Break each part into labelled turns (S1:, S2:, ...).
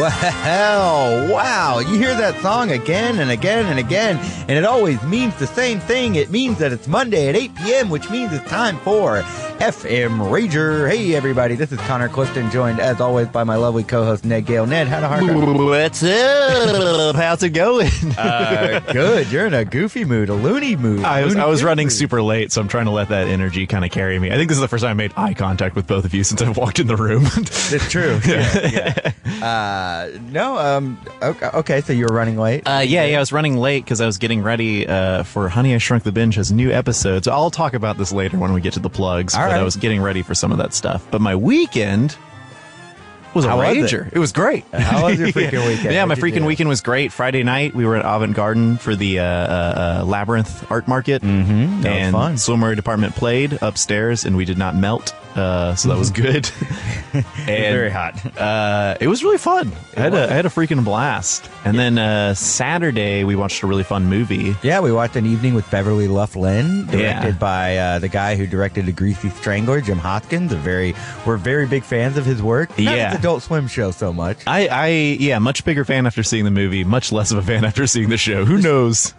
S1: Well, wow. You hear that song again and again and again, and it always means the same thing. It means that it's Monday at 8 p.m., which means it's time for FM Rager. Hey, everybody. This is Connor Clifton, joined as always by my lovely co host, Ned Gale. Ned, how the hard
S2: What's up? How's it going?
S1: uh, Good. You're in a goofy mood, a loony mood.
S2: I was,
S1: Loony
S2: I was
S1: goofy
S2: running
S1: mood.
S2: super late, so I'm trying to let that energy kind of carry me. I think this is the first time I made eye contact with both of you since I walked in the room.
S1: It's true. Yeah, yeah. Uh, no, um, okay, okay, so you were running late.
S2: uh, yeah, yeah, I was running late because I was getting ready uh, for Honey I Shrunk the Bench's new episode. So I'll talk about this later when we get to the plugs.
S1: All
S2: but
S1: right.
S2: I was getting ready for some of that stuff. But my weekend was a
S1: How was it?
S2: rager. Uh, it? was great.
S1: How was your freaking weekend?
S2: Yeah, my
S1: What'd you
S2: freaking
S1: do?
S2: weekend was great. Friday night, we were at Avant Garden for the uh, uh, uh, Labyrinth Art Market. Mm-hmm.
S1: That was
S2: And
S1: fun.
S2: swimwear department played upstairs, and we did not melt. Uh, so that was good. and,
S1: Mm-hmm. very hot.
S2: Uh, it was really fun. I had, a, I had a freaking blast. And then uh, Saturday, we watched a really fun movie.
S1: Yeah, we watched an evening with Beverly Loughlin, directed
S2: Yeah.
S1: by uh, the guy who directed The Greasy Strangler, Jim Hoskins. A very, we're very big fans of his work. Not
S2: Yeah.
S1: his Adult Swim show so much.
S2: I, I, yeah, much bigger fan after seeing the movie, much less of a fan after seeing the show. Who knows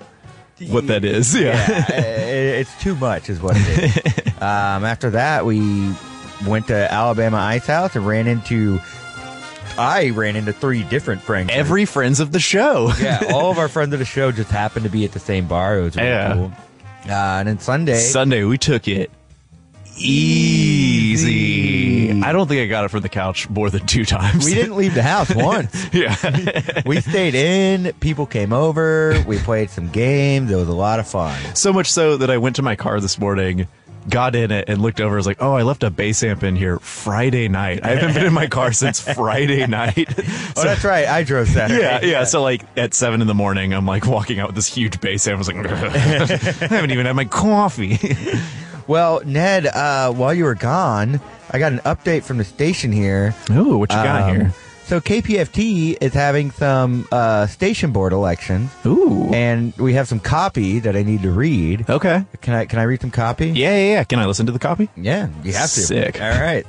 S2: what that is?
S1: Yeah, i- it's too much, is what it is. um, after that, we went to Alabama Ice House and ran into. I ran into three different friends.
S2: Every friends of the show.
S1: yeah, all of our friends of the show just happened to be at the same bar. It was really
S2: Yeah.
S1: cool. Uh, and then Sunday,
S2: Sunday, we took it easy. I don't think I got it from the couch more than two times.
S1: we didn't leave the house once.
S2: yeah.
S1: we stayed in. People came over. We played some games. It was a lot of fun.
S2: so much so that I went to my car this morning. Got in it and looked over. I was like, "Oh, I left a bass amp in here Friday night. I haven't been in my car since Friday night."
S1: Oh,
S2: So-
S1: that's right. I drove Saturday.
S2: yeah, yeah. So like at seven in the morning, I'm like walking out with this huge bass amp. I was like, "I haven't even had my coffee."
S1: Well, Ned, uh, while you were gone, I got an update from the station here.
S2: Ooh, what you
S1: Um, So KPFT is having some uh, station board elections,
S2: Ooh.
S1: and we have some copy that I need to read.
S2: okay.
S1: Can I can I read some copy?
S2: Yeah, yeah, yeah. Can I listen to the copy?
S1: Yeah, you have to.
S2: Sick.
S1: All right.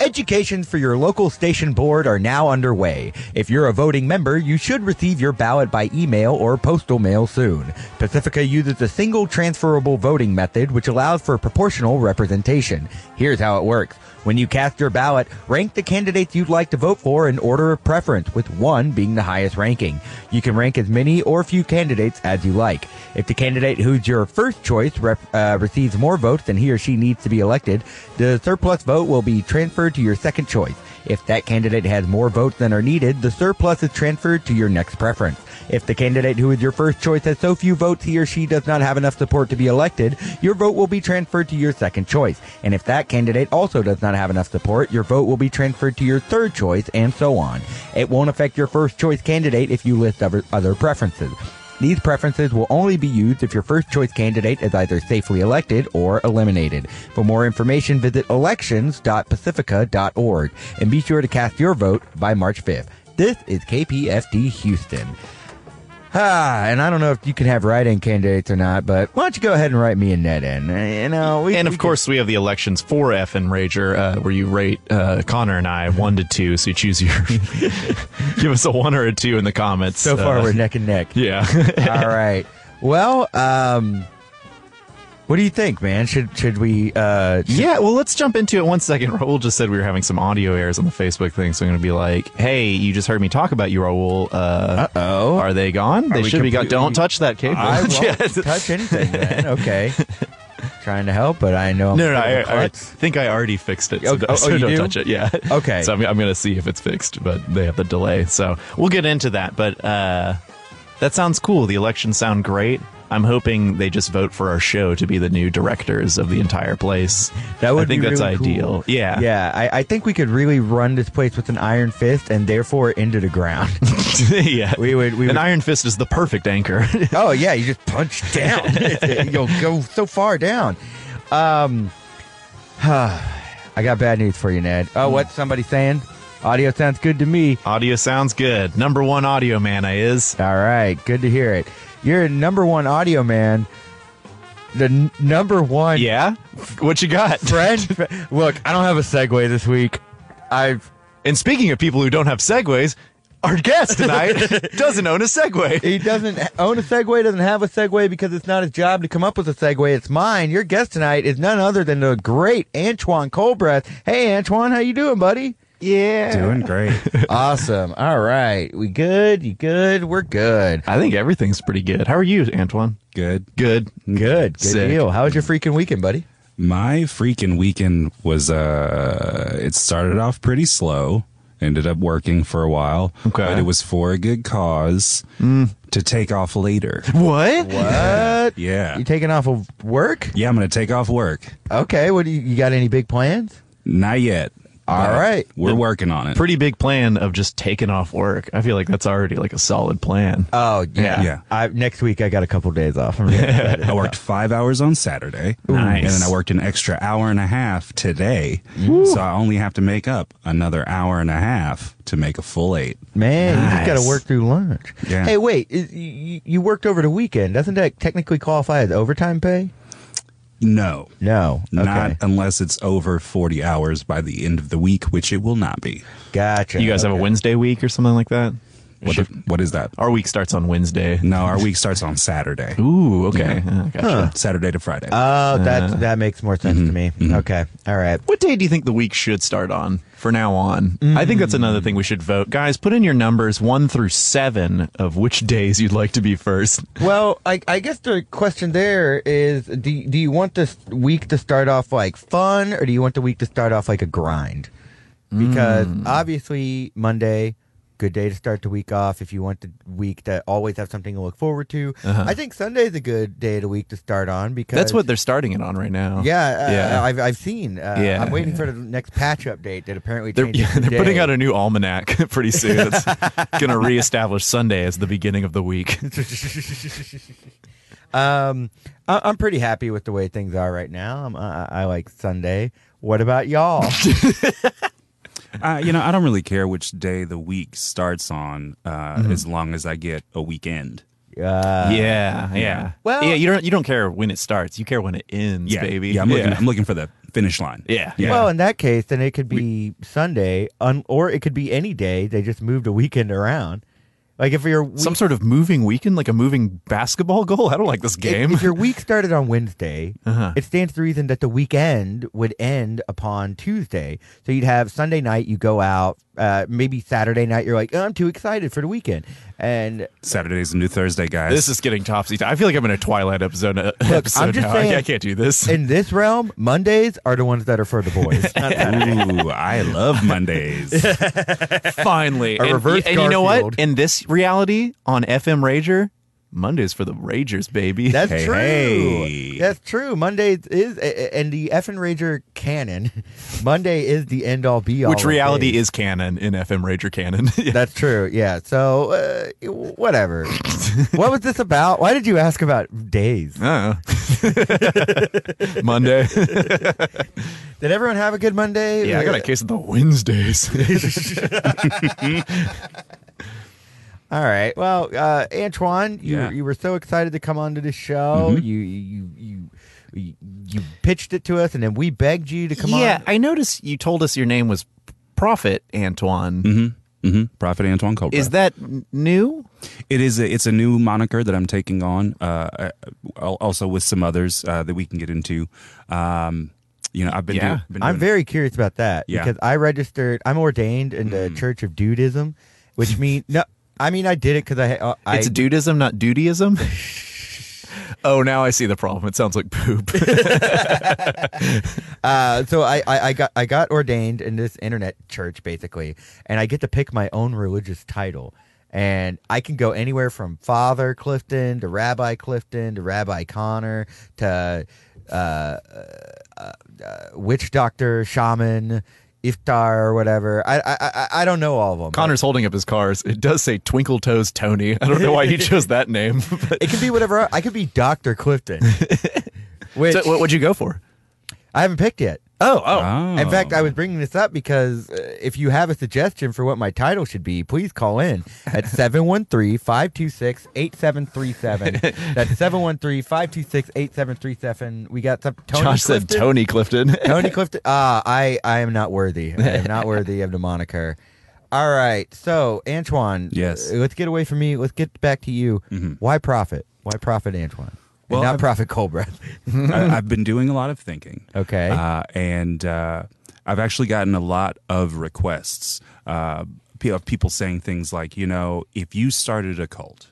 S1: Educations for your local station board are now underway. If you're a voting member, you should receive your ballot by email or postal mail soon. Pacifica uses a single transferable voting method which allows for proportional representation. Here's how it works. When you cast your ballot, rank the candidates you'd like to vote for in order of preference, with one being the highest ranking. You can rank as many or few candidates as you like. If the candidate who's your first choice rep, uh, receives more votes than he or she needs to be elected, the surplus vote will be transferred to your second choice. If that candidate has more votes than are needed, the surplus is transferred to your next preference. If the candidate who is your first choice has so few votes he or she does not have enough support to be elected, your vote will be transferred to your second choice. And if that candidate also does not have enough support, your vote will be transferred to your third choice, and so on. It won't affect your first choice candidate if you list other, other preferences. These preferences will only be used if your first choice candidate is either safely elected or eliminated. For more information, visit elections.pacifica.org and be sure to cast your vote by March 5th. This is KPFD Houston. Ah, and I don't know if you can have write-in candidates or not, but why don't you go ahead and write me and Ned in? Uh, You know, we
S2: And
S1: we
S2: of
S1: can-
S2: course, we have the elections for F and Rager, uh, where you rate uh, Connor and I one to two. So you choose your, give us a one or a two in the comments.
S1: so far
S2: Uh,
S1: we're neck and neck.
S2: yeah.
S1: All right. Well, um, what do you think, man? Should should we? Uh,
S2: Yeah, well, let's jump into it one second. Raul just said we were having some audio errors on the Facebook thing, so I'm going to be like, "Hey, you just heard me talk about you, Raul. Uh
S1: Uh-oh.
S2: are they gone? They
S1: we
S2: should be gone.
S1: completely-
S2: Don't touch that cable.
S1: I won't
S2: Yes.
S1: touch anything, man. Okay. Trying to help, but I know I'm
S2: No, no, no
S1: kind
S2: I,
S1: of a
S2: I
S1: klutz.
S2: think I already fixed it. So,
S1: Oh,
S2: don't-
S1: oh,
S2: so
S1: you
S2: don't
S1: do?
S2: touch it. Yeah.
S1: Okay.
S2: So I'm, I'm going to see if it's fixed, but they have the delay. So we'll get into that. But uh, that sounds cool. The elections sound great. I'm hoping they just vote for our show to be the new directors of the entire place.
S1: That would
S2: I think
S1: be
S2: that's
S1: really cool.
S2: ideal. Yeah.
S1: Yeah, I, I think we could really run this place with an iron fist and therefore into the ground.
S2: yeah.
S1: We would- we would-
S2: An iron fist is the perfect anchor.
S1: oh yeah, you just punch down. You'll go so far down. Um, I got bad news for you, Ned. Oh,
S2: Hmm.
S1: what's somebody saying? Audio sounds good to me.
S2: audio sounds good. Number one audio man I is.
S1: All right, good to hear it. You're number one audio man. The n- number one
S2: Yeah. What you got?
S1: friend. Look, I don't have a segue this week. I've
S2: And speaking of people who don't have segways, our guest tonight doesn't own a Segway.
S1: He doesn't own a Segway, doesn't have a Segway because it's not his job to come up with a Segway. It's mine. Your guest tonight is none other than the great Antoine Colbreath. Hey, Antoine, how you doing, buddy?
S2: Yeah.
S3: Doing great.
S1: awesome. All right. We good? You good? We're good.
S2: I think everything's pretty good. How are you, Antoine?
S3: Good.
S2: Good.
S3: Good.
S1: Good
S2: Sick.
S1: deal. How was your freaking weekend, buddy?
S3: My freaking weekend was uh it started off pretty slow, ended up working for a while.
S2: Okay. Mm.
S3: But it was for a good cause to take off later.
S2: What?
S1: What?
S3: Yeah.
S1: You taking off of work?
S3: Yeah, I'm gonna take off work.
S1: Okay. What do you, you got any big plans?
S3: Not yet.
S1: All
S3: But
S1: right.
S3: We're working on it.
S2: Pretty big plan of just taking off work. I feel like that's already like a solid plan.
S1: Oh,
S2: Yeah.
S3: Yeah.
S1: I, next week I got a couple days off. I'm really excited.
S3: I worked five hours on Saturday.
S2: Nice.
S3: And then I worked an extra hour and a half today. So I only have to make up another hour and a half to make a full eight.
S1: Man, you just
S2: Nice.
S1: got to work through lunch.
S3: Yeah.
S1: Hey, wait, is, you, you worked over the weekend. Doesn't that technically qualify as overtime pay?
S3: No.
S1: No. Okay.
S3: Not unless it's over 40 hours by the end of the week, which it will not be.
S1: gotcha.
S2: you guys have a Wednesday week or something like that?
S3: What,
S2: Should-
S3: the- what is that?
S2: our week starts on Wednesday.
S3: No, our week starts on Saturday.
S2: Ooh, Uh, okay. Yeah, gotcha.
S3: Saturday to Friday.
S1: Oh,
S3: Uh,
S1: that that makes more sense to me. Okay. All right.
S2: What day do you think the week should start on for now on? I think that's another thing we should vote. Guys, put in your numbers one through seven of which days you'd like to be first.
S1: Well, I, I guess the question there is do, do you want this week to start off like fun or do you want the week to start off like a grind? Because
S2: Mm.
S1: obviously, Monday, good day to start the week off if you want the week to always have something to look forward to. I think Sunday's a good day of the week to start on because
S2: Uh-huh. That's what they're starting it on right now.
S1: Yeah, uh,
S2: Yeah.
S1: I've, I've seen. Uh,
S2: Yeah,
S1: I'm waiting for the next patch update that apparently
S2: They're,
S1: changes
S2: yeah, they're putting
S1: today.
S2: out a new almanac pretty soon that's going to reestablish Sunday as the beginning of the week. Uh,
S1: Um, I- I'm pretty happy with the way things are right now. I'm, I-, I like Sunday. What about y'all?
S3: uh, you know, I don't really care which day the week starts on uh,
S2: Mm-hmm.
S3: as long as I get a weekend.
S1: Uh,
S2: yeah, yeah.
S1: Well-
S2: yeah, you don't you don't care when it starts. You care when it ends,
S3: Yeah,
S2: baby.
S3: Yeah, I'm looking,
S2: yeah.
S3: I'm looking for the finish line.
S2: Yeah.
S1: Well, in that case, then it could be Sunday, un- or it could be any day. They just moved a weekend around. Like if your week,
S2: Some sort of moving weekend, like a moving basketball goal. I don't like this
S1: if-
S2: game.
S1: If, your week started on Wednesday,
S2: Uh-huh.
S1: it stands to reason that the weekend would end upon Tuesday. So you'd have Sunday night, you go out. Uh, maybe Saturday night, you're like, oh, I'm too excited for the weekend, and
S3: Saturday's a new Thursday, guys.
S2: This is getting topsy. I feel like I'm in a Twilight episode. uh, episode
S1: I'm just
S2: now.
S1: saying-
S2: I, I can't do this.
S1: in this realm, Mondays are the ones that are for the boys.
S3: Ooh, I love Mondays.
S2: Finally,
S1: A
S2: and,
S1: reverse
S2: and you know
S1: Garfield.
S2: what? In this reality, on FM Rager, Mondays for the Ragers, baby.
S1: That's
S3: Hey,
S1: true.
S3: hey.
S1: That's true. Monday is a- a- and the effing rager canon. Monday is the end all be all.
S2: which reality is canon in FM Rager canon. Yeah.
S1: That's true. Yeah. So uh, whatever. what was this about? Why did you ask about days?
S2: Uh-uh. Monday.
S1: Did everyone have a good Monday? Uh,
S2: yeah, I got a case of the Wednesdays.
S1: All right. Well, uh, Antoine, you
S3: Yeah.
S1: you were so excited to come onto the show.
S2: Mm-hmm.
S1: You you you you you pitched it to us, and then we begged you to come
S2: yeah,
S1: on.
S2: I noticed you told us your name was Prophet Antoine.
S3: hmm Prophet Antoine Cobra.
S2: Is that n- new?
S3: It is. A, it's a new moniker that I'm taking on. Uh, I- al- also with some others uh, that we can get into. Um, you know, I've been.
S2: Yeah.
S3: do- been
S1: I'm
S3: doing-
S1: very curious about that
S3: Yeah. Mm-hmm.
S1: because I registered. I'm ordained in the Church of Dudism, which means no. I mean, I did it because I. Uh, I
S2: It's dudism, not dutyism. oh, now I see the problem. It sounds like poop.
S1: uh, so I, I I got I got ordained in this internet church basically, and I get to pick my own religious title, and I can go anywhere from Father Clifton to Rabbi Clifton to Rabbi Connor to uh, uh, uh, witch doctor, shaman, iftar or whatever. I I I, I don't know all of them.
S2: Connor's holding up his cars. It does say Twinkle Toes Tony. I don't know why he chose that name. But
S1: It can be whatever. I- I could be Doctor Clifton. Which
S2: so what would you go for?
S1: I haven't picked yet. Oh, oh.
S3: Oh.
S1: In fact, I was bringing this up because uh, if you have a suggestion for what my title should be, please call in at 713-526-8737. That's 713-526-8737. We got some Tony
S2: Josh said
S1: Clifton.
S2: Tony Clifton.
S1: Tony Clifton. Ah, I I am not worthy. I am not worthy of the moniker. All right. So, Antoine,
S3: Yes. Mm-hmm.
S1: uh, let's get away from me. Let's get back to you. Why profit? Why profit, Antoine?
S3: Well,
S1: Well, not
S3: I've-
S1: profit cold breath.
S3: I, I've been doing a lot of thinking.
S1: Okay.
S3: Uh, and uh, I've actually gotten a lot of requests uh, pe- of people saying things like, you know, if you started a cult,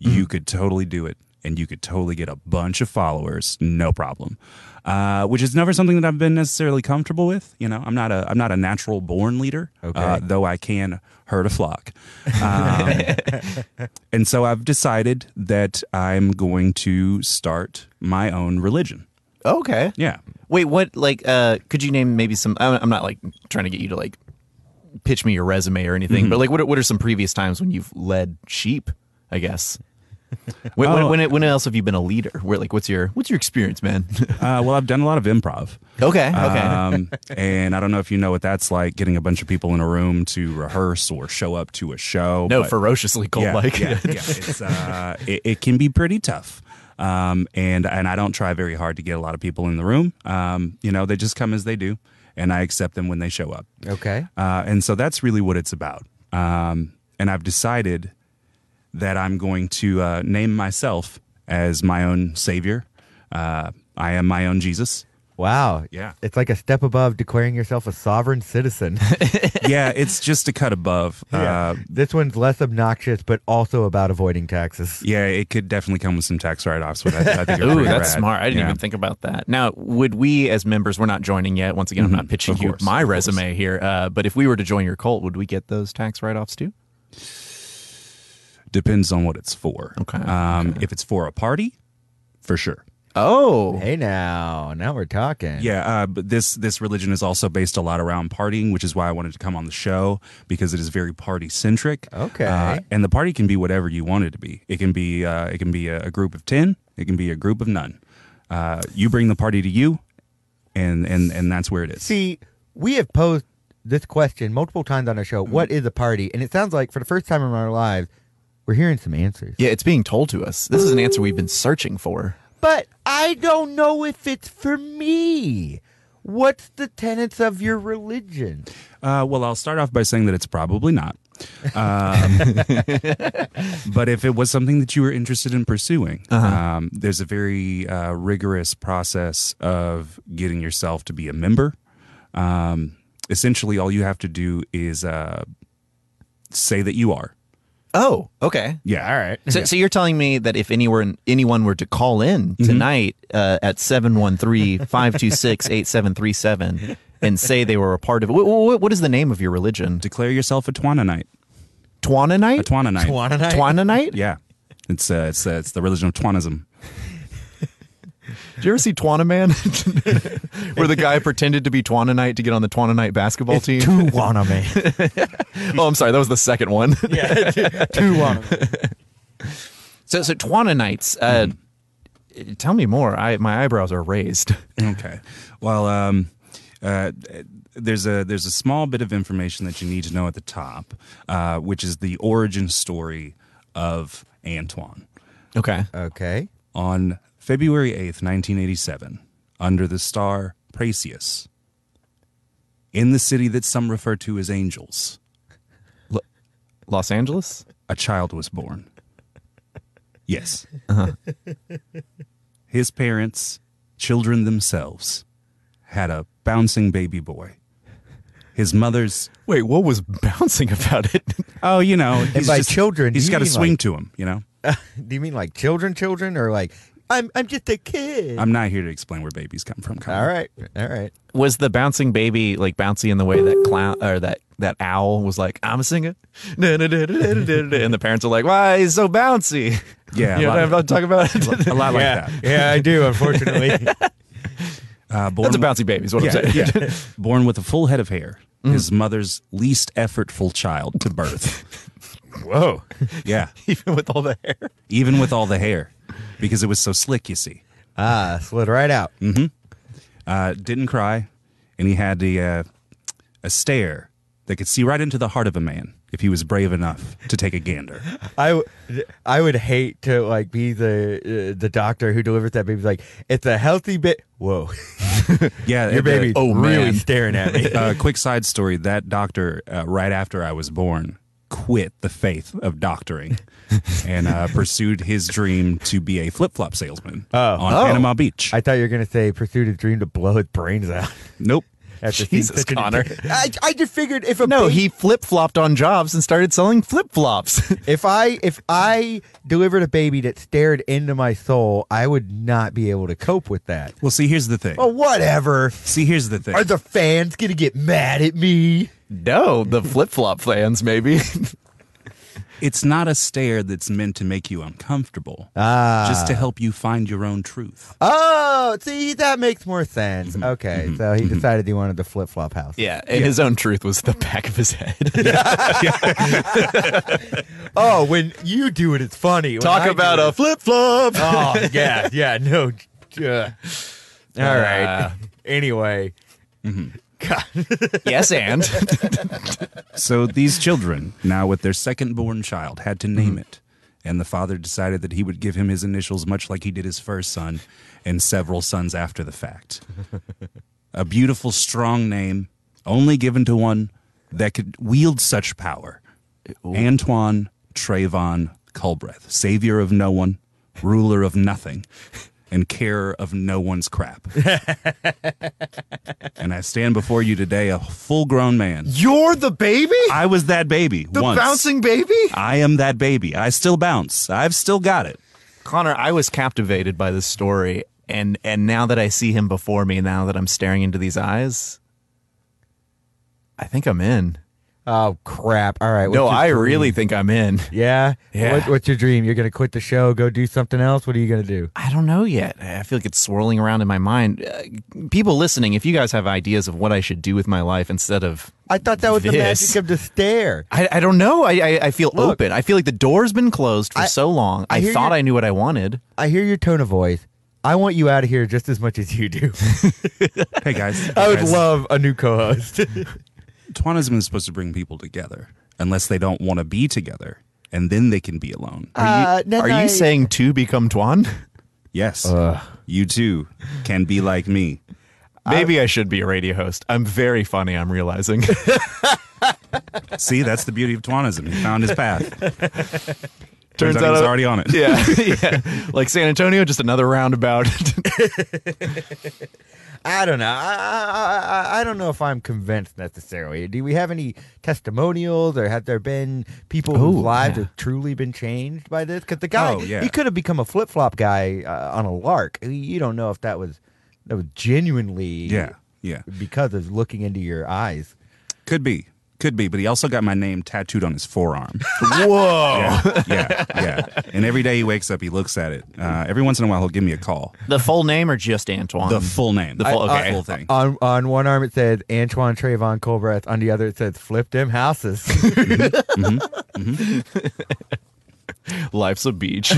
S1: Mm-hmm.
S3: you could totally do it and you could totally get a bunch of followers, no problem. Uh, which is never something that I've been necessarily comfortable with. You know, I'm not a I'm not a natural born leader,
S1: Okay.
S3: uh, though I can herd a flock. Um, and so I've decided that I'm going to start my own religion.
S2: okay.
S3: Yeah.
S2: Wait, what? Like, uh, could you name maybe some? I'm I'm not like trying to get you to like pitch me your resume or anything,
S3: Mhm.
S2: but like, what are, what are some previous times when you've led sheep? I guess. When, when,
S3: Oh.
S2: when, when else have you been a leader? Where like, what's your what's your experience, man? Uh,
S3: Uh, well, I've done a lot of improv.
S2: okay, okay.
S3: Um, and I don't know if you know what that's like getting a bunch of people in a room to rehearse or show up to a show.
S2: no,
S3: but-
S2: ferociously cold
S3: yeah,
S2: like.
S3: yeah, yeah. It's, uh, it, it can be pretty tough. Um, and, and I don't try very hard to get a lot of people in the room. Um, you know, they just come as they do, and I accept them when they show up.
S1: okay.
S3: Uh, and so that's really what it's about. Um, and I've decided that I'm going to uh, name myself as my own savior. Uh, I am my own Jesus.
S1: Wow.
S3: Yeah.
S1: It's like a step above declaring yourself a sovereign citizen.
S3: yeah, it's just a cut above. Uh,
S1: this one's less obnoxious, but also about avoiding taxes.
S3: yeah, it could definitely come with some tax write-offs. But I, I think are
S2: Ooh,
S3: pretty
S2: that's
S3: rad.
S2: smart. I didn't
S3: Yeah.
S2: even think about that. Now, would we as members, we're not joining yet. Once again, I'm not pitching you
S3: Mhm. course,
S2: my resume here. Uh, but if we were to join your cult, would we get those tax write offs too?
S3: Depends on what it's for.
S2: Okay,
S3: Um, If it's for a party, for sure.
S2: Oh,
S1: Hey now, now we're talking.
S3: Yeah, uh, but this this religion is also based a lot around partying, which is why I wanted to come on the show because it is very party centric.
S1: Okay.
S3: uh, and the party can be whatever you want it to be. It can be uh, it can be a, a group of ten. It can be a group of none. Uh, you bring the party to you, and and and that's where it is.
S1: See, we have posed this question multiple times on our show. What is a party? And it sounds like for the first time in our lives, we're hearing some answers.
S2: Yeah, it's being told to us. This is an answer we've been searching for.
S1: But I don't know if it's for me. What's the tenets of your religion?
S3: Uh, well, I'll start off by saying that it's probably not. Um, but if it was something that you were interested in pursuing, um, there's a very uh, rigorous process of getting yourself to be a member. Um, essentially, all you have to do is uh, say that you are.
S2: Oh, okay.
S3: Yeah. All right.
S2: So, so you're telling me that if anyone anyone were to call in tonight uh, at 713-526-8737 and say they were a part of it, what, what is the name of your religion?
S3: Declare yourself a Twananite. A
S2: Twananite?
S3: Twananite.
S1: Twananite?
S2: Twananite?
S3: Yeah. It's uh, it's uh, it's the religion of Twanism.
S2: Did you ever see Twana Man? Where the guy pretended to be Twananite to get on the Twananite basketball team?
S1: Two wanna man.
S2: oh, I'm sorry. That was the second one.
S1: yeah, two wanna man.
S2: so, so Twananites, uh, tell me more. I, my eyebrows are raised.
S3: Okay. Well, um, uh, there's a there's a small bit of information that you need to know at the top, uh, which is the origin story of Antoine.
S2: Okay.
S1: Okay.
S3: On February 8th, 1987, under the star Precius, in the city that some refer to as Angels,
S2: Lo- Los Angeles?
S3: a child was born. Yes.
S1: Uh-huh.
S3: His parents, children themselves, had a bouncing baby boy. His mother's,
S2: Wait, what was bouncing about it?
S3: oh, you know, he's
S1: by
S3: just,
S1: children,
S3: he's
S1: you
S3: got a
S1: mean,
S3: swing
S1: like-
S3: to him. You know,
S1: Do you mean like children, children, or like I'm I'm just a kid?
S3: I'm not here to explain where babies come from. Come
S1: All right, all right.
S2: was the bouncing baby like bouncy in the way that clown or that that owl was like, I'm a singer, Da, da, da, da, da, da, da, da. and the parents are like, Why he's so bouncy?
S3: Yeah,
S2: you know
S3: a
S2: what I'm about to talk about?
S3: a lot like that.
S1: yeah, I do. Unfortunately,
S3: Uh, born
S2: That's a bouncy baby, is what I'm
S3: yeah,
S2: saying.
S3: yeah. born with a full head of hair.
S1: Mm.
S3: His mother's least effortful child to birth.
S1: whoa.
S3: yeah,
S2: Even with all the hair.
S3: even with all the hair, because it was so slick. You see.
S1: Ah, slid right out.
S3: uh, didn't cry, and he had the, uh, a stare that could see right into the heart of a man if he was brave enough to take a gander.
S1: I, w- I would hate to like be the uh, the doctor who delivers that baby. Like it's a healthy bit. Whoa,
S3: Yeah,
S1: your
S3: the-
S1: baby.
S2: oh,
S1: really
S2: man.
S1: staring at me.
S3: uh, quick side story that doctor uh, right after i was born quit the faith of doctoring and uh, pursued his dream to be a flip-flop salesman on
S1: Oh.
S3: panama beach
S1: I thought you were gonna say pursued a dream to blow his brains out.
S3: nope
S1: After seeing
S2: Jesus,
S1: such an-
S2: Connor.
S1: I, I just figured if a
S2: No,
S1: baby-
S2: he flip flopped on jobs and started selling flip flops.
S1: if I if I delivered a baby that stared into my soul, I would not be able to cope with that.
S3: well see here's the thing
S1: Well, whatever.
S3: see here's the thing
S1: Oh. Are the fans gonna get mad at me?
S2: no, the flip flop fans, maybe.
S3: it's not a stare that's meant to make you uncomfortable just to help you find your own truth
S1: Oh, see, that makes more sense.
S2: Mm-hmm.
S1: Okay, so he decided he wanted the flip flop house.
S2: yeah, and his own truth was the back of his head.
S1: Oh, when you do it, it's funny. When I
S2: Talk
S1: do
S2: about
S1: it-
S2: a flip flop.
S1: Oh, yeah, yeah, no. uh, all right.
S2: Uh.
S1: anyway,
S2: yes, and
S3: so these children now with their second born child had to name it and the father decided that he would give him his initials much like he did his first son and several sons after the fact a beautiful strong name only given to one that could wield such power antoine trayvon culbreth savior of no one ruler of nothing and carer of no one's crap and i stand before you today a full-grown man
S2: you're the baby,
S3: I was that baby
S2: the
S3: once.
S2: bouncing baby.
S3: I am that baby. I still bounce. I've still got it.
S2: Connor, I was captivated by this story, and and now that I see him before me, now that I'm staring into these eyes, I think I'm in.
S1: oh crap! All right. what's
S2: no,
S1: your
S2: I
S1: dream?
S2: really think I'm in.
S1: Yeah.
S2: Yeah.
S1: What, what's your dream? You're gonna quit the show, go do something else. What are you gonna do?
S2: I don't know yet. I feel like it's swirling around in my mind. Uh, people listening, if you guys have ideas of what I should do with my life instead of
S1: I thought that was the
S2: This.
S1: magic of the stare.
S2: I, I don't know. I, I, I feel
S1: Look.
S2: open. I feel like the door's been closed for
S1: I-
S2: so long.
S1: I
S2: I,
S1: hear
S2: thought
S1: your-
S2: I knew what I wanted.
S1: I hear your tone of voice. I want you out of here just as much as you do.
S3: Hey guys,
S1: I would
S3: Guys,
S1: love a new co-host.
S3: Twanism is supposed to bring people together, unless they don't want to be together, and then they can be alone.
S2: Are
S1: Uh,
S2: you,
S1: then
S2: are you
S1: I-
S2: saying two become twan?
S3: yes, you too can be like me.
S2: Maybe I should be a radio host. I'm very funny, I'm realizing.
S3: See, that's the beauty of Twanism. He found his path.
S2: Turns
S3: Turns, out, he was
S2: out-
S3: already on it.
S2: yeah, yeah. Like San Antonio, just another roundabout.
S1: I don't know. I, I, I, I don't know if I'm convinced necessarily. Do we have any testimonials, or have there been people whose
S2: Ooh,
S1: lives
S2: yeah.
S1: have truly been changed by this? Because the guy,
S3: Oh, yeah.
S1: he could have become a flip flop guy uh, on a lark. You don't know if that was that was genuinely,
S3: yeah, yeah.
S1: because of looking into your eyes.
S3: Could be, could be. But he also got my name tattooed on his forearm.
S2: Whoa.
S3: yeah, yeah, yeah. And every day he wakes up, he looks at it. Uh, every once in a while, he'll give me a call.
S2: The full name or just Antoine?
S3: The full name. The
S2: Um, full- okay.
S3: full thing.
S1: Uh, On on one arm it says Antoine Trayvon Colbreth, on the other it says flip them houses.
S2: Life's a beach.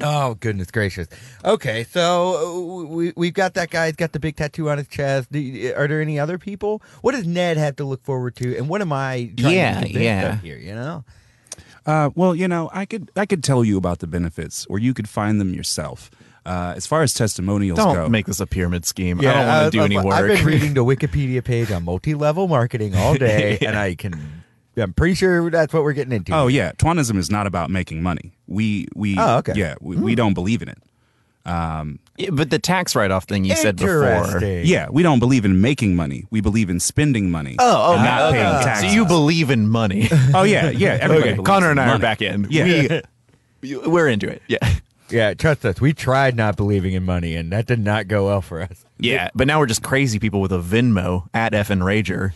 S1: Oh goodness gracious! Okay, so uh, we we've got that guy. He's got the big tattoo on his chest. Do you- Are there any other people? What does Ned have to look forward to? And what am I? Trying
S2: Yeah,
S1: to convince
S2: yeah.
S1: of Here, you know.
S3: Uh, well, you know, I could I could tell you about the benefits, or you could find them yourself. Uh, as far as testimonials
S2: don't
S3: go,
S2: make this a pyramid scheme. I don't want to do any work.
S1: Uh, I've been reading the Wikipedia page on multi-level marketing all day, and I can. I'm pretty sure that's what we're getting into.
S3: oh yeah, Twanism is not about making money. We we
S1: Oh, okay.
S3: yeah we,
S2: Hmm.
S3: we don't believe in it.
S2: Yeah, but the tax write off thing you said before.
S1: Interesting.
S3: Yeah, we don't believe in making money. We believe in spending money.
S2: Oh,
S3: and
S2: okay.
S3: not
S2: okay.
S3: paying taxes.
S2: So you believe in money.
S3: oh yeah, yeah. Everybody
S2: okay.
S3: believes
S2: Connor and
S3: in
S2: I are
S3: money.
S2: back in.
S3: Yeah.
S2: We, we're into it. Yeah.
S1: yeah. Trust us. We tried not believing in money, and that did not go well for us.
S2: Yeah. But now we're just crazy people with a Venmo at F and Rager.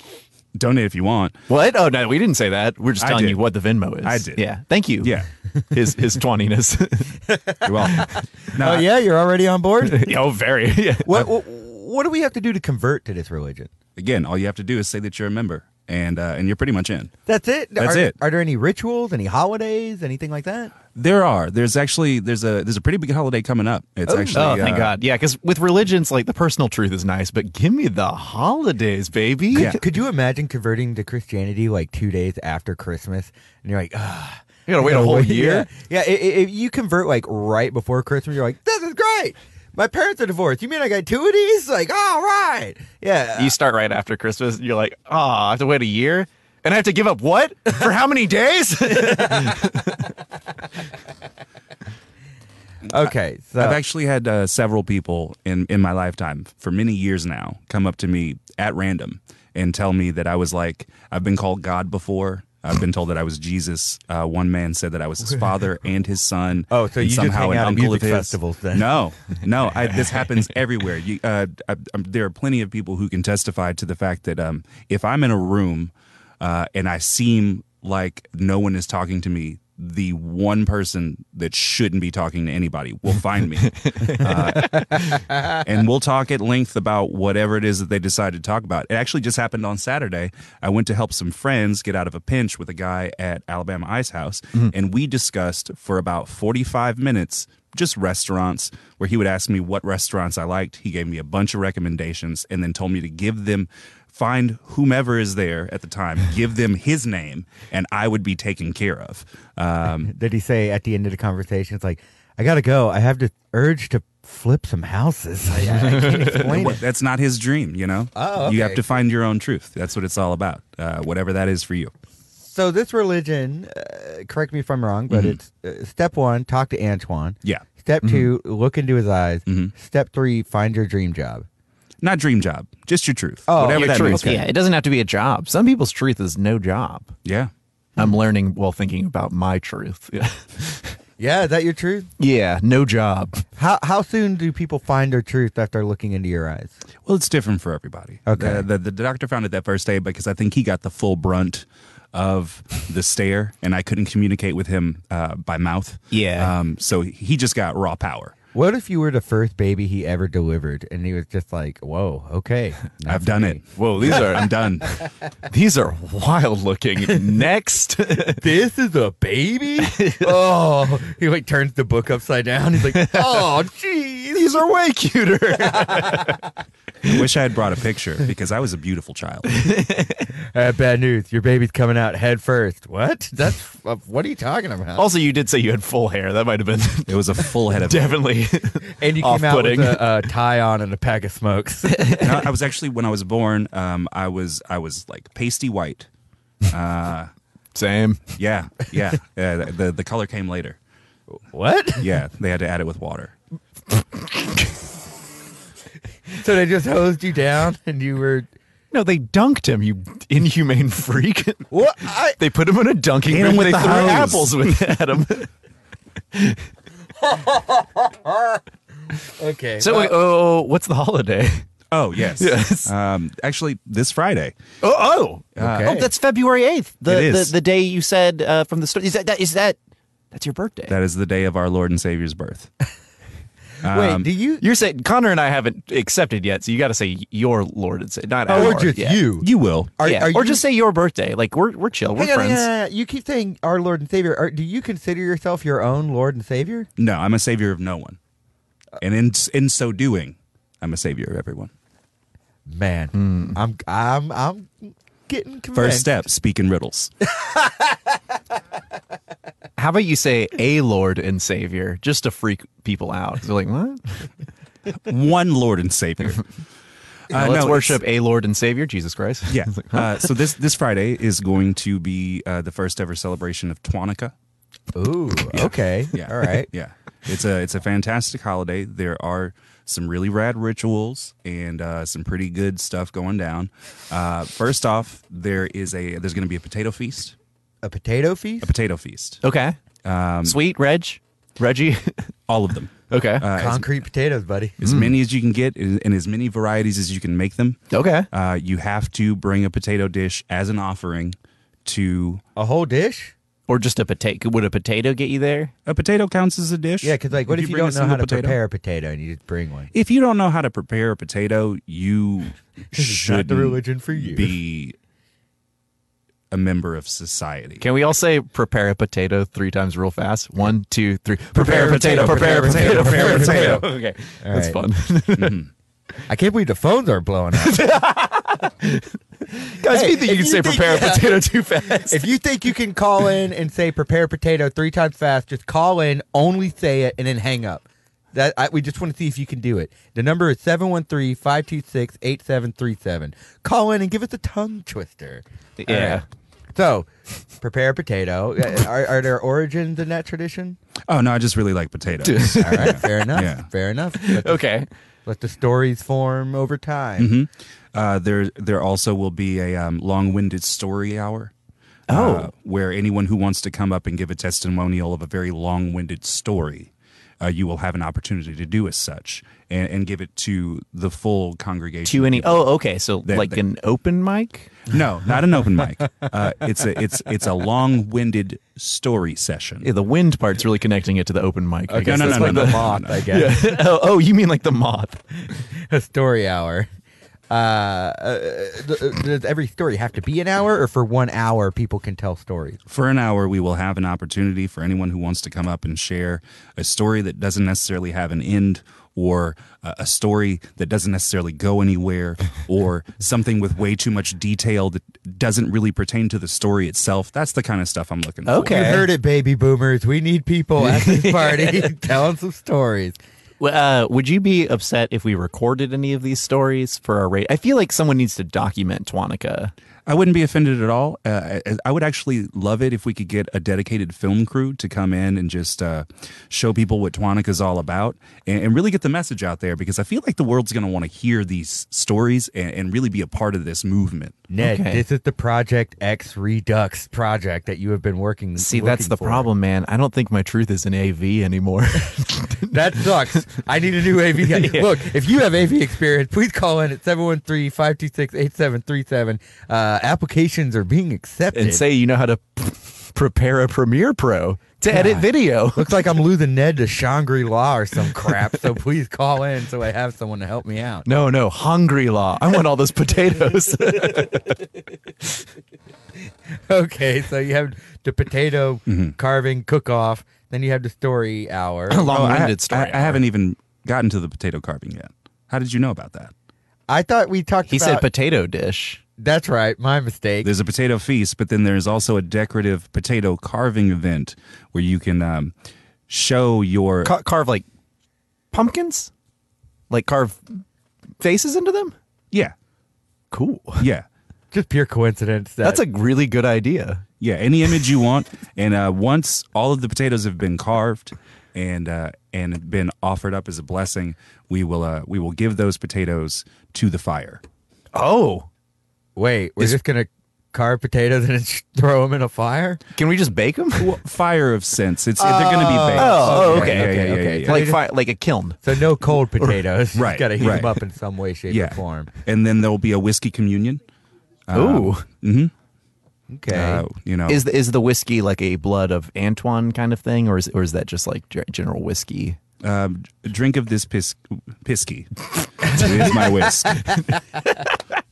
S3: Donate if you want.
S2: What? Oh, no, we didn't say that. We're just
S3: I
S2: telling
S3: did.
S2: you what the Venmo is.
S3: I did.
S2: Yeah. Thank you.
S3: Yeah.
S2: His his twaniness.
S3: You're welcome. No,
S1: Oh yeah, you're already on board.
S2: oh, very. Yeah.
S1: what, what what do we have to do to convert to this religion?
S3: Again, all you have to do is say that you're a member. and uh, and you're pretty much in.
S1: That's it.
S3: That's
S1: are,
S3: it.
S1: Are there any rituals, any holidays, anything like that?
S3: There are. There's actually there's a there's a pretty big holiday coming up. It's actually
S2: Oh, thank
S3: uh,
S2: God. Yeah, because with religions, like the personal truth is nice, but give me the holidays, baby.
S3: Yeah.
S1: Could you imagine converting to Christianity like two days after Christmas, and you're like, ah.
S2: You gotta wait a whole year?
S1: Yeah, yeah i- i- if you convert like right before Christmas, you're like, this is great. My parents are divorced. You mean I got two of these? Like, all right. Yeah.
S2: You start right after Christmas, and you're like, oh, I have to wait a year? And I have to give up what? For how many days?
S1: uh, okay. So
S3: I've actually had uh, several people in in my lifetime for many years now come up to me at random and tell me that I was like I've been called God before. I've been told that I was Jesus. Uh, one man said that I was his father and his son.
S1: Oh, so
S3: and
S1: you just
S3: somehow
S1: hang
S3: an
S1: out at
S3: uncle
S1: music
S3: of his.
S1: festivals then.
S3: No, no, I, this happens everywhere. You, uh, I, I'm, there are plenty of people who can testify to the fact that um, if I'm in a room uh, and I seem like no one is talking to me, the one person that shouldn't be talking to anybody will find me. and we'll talk at length about whatever it is that they decided to talk about. It actually just happened on Saturday. I went to help some friends get out of a pinch with a guy at Alabama Ice House, and we discussed for about 45 minutes just restaurants where he would ask me what restaurants I liked. He gave me a bunch of recommendations and then told me to give them find whomever is there at the time give them his name and i would be taken care of um,
S1: did he say at the end of the conversation, it's like, I gotta go. I have the urge to flip some houses. I, I can't explain it.
S3: that's not his dream you know
S1: Oh,
S3: you
S1: okay.
S3: have to find your own truth that's what it's all about uh, whatever that is for you
S1: So this religion, uh, correct me if I'm wrong, but it's uh, step one: talk to Antoine.
S3: Yeah.
S1: Step 2 look into his eyes. Step three: find your dream job.
S3: Not dream job, just your truth.
S1: Oh,
S3: whatever
S1: your
S3: that
S2: Truth,
S3: means.
S2: Yeah, it doesn't have to be a job. Some people's truth is no job.
S3: Yeah.
S2: I'm learning while thinking about my truth. Yeah,
S1: Yeah, is that your truth?
S2: yeah no job.
S1: How how soon do people find their truth after looking into your eyes?
S3: Well, it's different for everybody.
S1: Okay.
S3: The, the, the doctor found it that first day because I think he got the full brunt of the stare, and I couldn't communicate with him uh, by mouth.
S2: Yeah.
S3: Um, so he just got raw power.
S1: What if you were the first baby he ever delivered, and he was just like, "Whoa, okay, not
S3: I've
S1: for
S3: done
S1: me."
S3: it.
S2: Whoa, these are
S3: I'm done.
S2: these are wild looking. Next,
S1: This is a baby. oh, he like turns the book upside down. He's like, "Oh, jeez."
S2: these are way cuter.
S3: I wish I had brought a picture because I was a beautiful child.
S1: Uh, bad news. Your baby's coming out head first. What? That's uh, what are you talking about?
S2: also, you did say you had full hair. That might have been
S3: It was a full head of hair.
S2: definitely.
S1: And you came out with
S2: Off-putting.
S1: a uh, tie on and a pack of smokes.
S3: And I, I was actually when I was born, um, I was I was like pasty white.
S2: Same.
S3: Yeah, yeah. yeah the, the the color came later.
S1: what?
S3: Yeah, they had to add it with water.
S1: So they just hosed you down, and you were.
S2: No, they dunked him. You inhumane freak.
S1: What? I,
S2: They put him in a dunking
S3: Hit him
S2: room.
S3: with
S2: they
S3: the
S2: threw
S3: hose.
S2: apples with at him.
S1: okay.
S2: So, wait, oh, what's the holiday?
S3: Oh yes,
S2: Yes.
S3: Um, actually, this Friday.
S2: Oh, oh,
S1: Okay.
S2: oh that's February eighth. The,
S3: It is.
S2: the the day you said uh, from the story. Is that, that is that that's your birthday?
S3: That is the day of our Lord and Savior's birth. um,
S1: wait, do you?
S2: You're saying Connor and I haven't accepted yet, so you got to say your Lord and say not
S1: Oh, or
S2: our.
S1: just
S2: yeah.
S1: you?
S3: You will.
S1: Are-
S2: yeah.
S1: are
S2: or
S1: you-
S2: just say your birthday. Like we're we're chill. We're
S1: Hang on, hang on,
S2: friends.
S1: hang on. You keep saying our Lord and Savior. Are, do you consider yourself your own Lord and Savior?
S3: No, I'm a savior of no one, and in in so doing, I'm a savior of everyone.
S1: Man, I'm, I'm, I'm getting convinced.
S3: Hmm. First step: speak in riddles.
S2: How about you say a Lord and Savior just to freak people out? They're like, what?
S1: Uh,
S3: One Lord and Savior. Uh,
S2: Now let's
S3: no,
S2: worship
S3: it's-
S2: a Lord and Savior, Jesus Christ.
S3: Yeah. Uh, so this this Friday is going to be uh, the first ever celebration of Twanica.
S1: Ooh. Okay.
S3: Yeah.
S1: All right.
S3: yeah. It's a it's a fantastic holiday. There are some really rad rituals and uh, some pretty good stuff going down. Uh, first off, there is a there's going to be a potato feast.
S1: A potato feast.
S3: A potato feast.
S2: Okay.
S1: Um,
S2: Sweet Reg, Reggie.
S3: All of them.
S2: okay.
S1: Uh, Concrete potatoes, buddy.
S3: As many as you can get and and as many varieties as you can make them.
S2: okay.
S3: Uh, you have to bring a potato dish as an offering to
S1: A whole dish.
S2: Or just a potato. Would a potato get you there?
S3: a potato counts as a dish.
S1: Yeah, because like, what if, you
S3: bring
S1: don't
S3: a
S1: know how to
S3: single potato?
S1: prepare a potato and you just bring one?
S3: If you don't know how to prepare a potato, you
S1: is not the
S3: should
S1: religion for you.
S3: Be a member of society.
S2: Can we all say prepare a potato three times real fast? One, two, three. Prepare, a potato, prepare a potato, prepare a potato. Okay.
S1: All
S2: That's
S1: right.
S2: fun.
S1: I can't believe the phones aren't blowing up.
S2: Guys,
S1: Hey,
S2: you think
S1: if
S2: you can
S1: you
S2: say
S1: think-
S2: prepare
S1: yeah.
S2: a potato too fast?
S1: if you think you can call in and say prepare potato three times fast, just call in, only say it, and then hang up. That I, we just want to see if you can do it. The number is 713-526-8737. Call in and give us a tongue twister.
S2: yeah.
S1: So, prepare potato. Uh, Are, are there origins in that tradition?
S3: Oh no, I just really like potatoes.
S1: All right, fair enough.
S3: Yeah.
S1: Fair enough. Let the,
S2: Okay.
S1: let the stories form over time.
S3: Uh, there, there also will be a um, long-winded story hour.
S2: Oh.
S3: uh, where anyone who wants to come up and give a testimonial of a very long-winded story, uh, you will have an opportunity to do as such and, and give it to the full congregation.
S2: To any? Oh, okay. So
S3: They-
S2: like
S3: they-
S2: an open mic.
S3: No, not an open mic. Uh, it's a it's it's a long-winded story session.
S2: Yeah, the wind part's really connecting it to the open mic. I
S3: Okay,
S2: guess
S3: no, no,
S2: that's
S3: no,
S2: like
S3: no,
S2: the-
S3: no.
S1: Moth, I guess.
S2: Yeah. oh, oh, you mean like the moth?
S1: a story hour. Uh, uh, th- uh, does every story have to be an hour, or for one hour people can tell stories?
S3: For an hour, we will have an opportunity for anyone who wants to come up and share a story that doesn't necessarily have an end, or a a story that doesn't necessarily go anywhere, or something with way too much detail that doesn't really pertain to the story itself. That's the kind of stuff I'm looking for.
S2: Okay.
S1: You heard it, baby boomers. We need people at this party telling some stories.
S2: Well, uh, would you be upset if we recorded any of these stories for our rate? I feel like someone needs to document Tuanica.
S3: I wouldn't be offended at all. Uh, I- I would actually love it if we could get a dedicated film crew to come in and just uh, show people what Tuanica is all about and, and really get the message out there because I feel like the world's going to want to hear these stories and, and really be a part of this movement.
S1: Ned,
S2: Okay.
S1: this is the Project X Redux project that you have been working.
S2: See, that's
S1: working
S2: the
S1: for.
S2: problem, man. I don't think my truth is in AV anymore.
S1: That sucks. I need a new AV. guy. Look, if you have AV experience, please call in at 713-526-8737. Uh, applications are being accepted.
S2: and say you know how to p- prepare a Premiere Pro to edit video.
S1: Looks like I'm losing Ned to Shangri La or some crap. So please call in so I have someone to help me out.
S2: No, no, hungry law. I want all those potatoes.
S1: Okay, so you have the potato
S3: Mm-hmm.
S1: carving cook off, then you have the story hour.
S3: Oh. I,
S2: Long-winded story.
S3: I, I haven't even gotten to the potato carving yet. How did you know about that?
S1: I thought we talked
S2: He
S1: about.
S2: said potato dish.
S1: that's right, my mistake.
S3: There's a potato feast, but then there's also a decorative potato carving event where you can um, show your.
S2: Ca- carve like pumpkins, like carve faces into them.
S3: yeah,
S2: Cool.
S3: yeah.
S1: Just pure coincidence. That,
S2: That's a really good idea.
S3: Yeah, any image you want. And uh, once all of the potatoes have been carved and uh, and been offered up as a blessing, we will uh, we will give those potatoes to the fire.
S2: Oh,
S1: wait. We're just gonna carve potatoes and then sh- throw them in a fire.
S2: can we just bake them?
S3: Well, fire of sense. It's they're going to be baked.
S2: Oh, okay,
S3: Yeah,
S2: okay,
S3: yeah, yeah,
S1: okay.
S3: yeah, yeah.
S2: like fi- like a kiln.
S1: So no cold potatoes.
S3: Right,
S1: Got to heat
S3: right.
S1: them up in some way, shape,
S3: Yeah. Uh,
S1: or form.
S3: And then there will be a whiskey communion.
S2: Ooh,
S1: Okay.
S3: Uh, you know,
S2: Uh, is the, is the whiskey like a blood of Antoine kind of thing, or is or is that just like ge- general whiskey?
S3: um, drink of this pis- pisky. it is my whisk.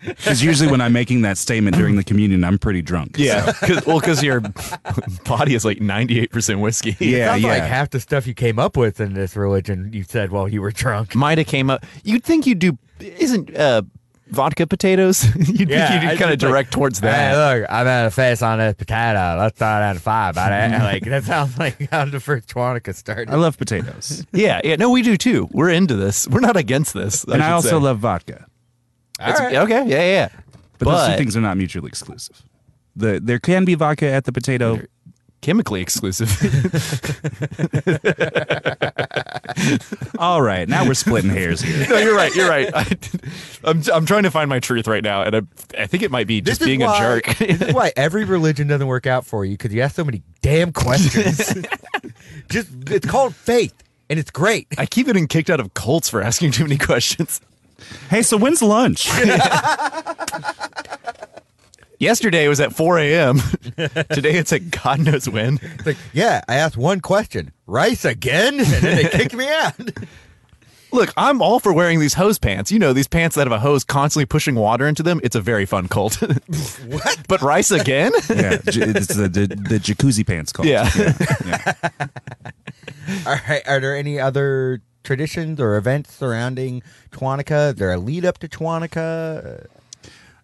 S3: Because usually when I'm making that statement during the communion, I'm pretty drunk.
S2: Yeah, cause, well, because your body is like ninety eight percent whiskey.
S3: Yeah,
S1: Sounds
S3: yeah.
S1: like half the stuff you came up with in this religion you said while you were drunk.
S2: Mida came up. You'd think you would do. Isn't uh, vodka potatoes? you'd think
S1: I
S2: you'd kind of
S1: just like,
S2: direct towards that.
S3: uh,
S1: Hey, look, I'm at a face on this potato. Let's start at five. But I, like that sounds like how the first Tuanica started.
S3: I love potatoes.
S2: yeah, yeah. No, we do too. We're into this. We're not against this.
S3: and I
S2: should
S3: also
S2: say.
S3: love vodka.
S2: It's- Okay. Yeah. Yeah.
S3: But, those two things are not mutually exclusive. The there can be vodka at the potato.
S2: chemically exclusive.
S3: All right, now we're splitting hairs here.
S2: no, you're right. You're right. I, I'm I'm trying to find my truth right now, and I I think it might be just being a jerk.
S1: this is why every religion doesn't work out for you because you ask so many damn questions. Just it's called faith, and it's great.
S2: I keep getting kicked out of cults for asking too many questions.
S3: Hey, so when's lunch?
S2: Yesterday was at 4 a.m. Today it's at God knows when.
S1: It's like, yeah, I asked one question, rice again, and then they kicked me out.
S2: Look, I'm all for wearing these hose pants. You know, these pants that have a hose constantly pushing water into them. It's a very fun cult. what? But rice again?
S3: Yeah, j- it's the, the, the jacuzzi pants called.
S2: yeah.
S1: All right. Are there any other traditions or events surrounding Tuanica? Is there a lead up to Tuanica?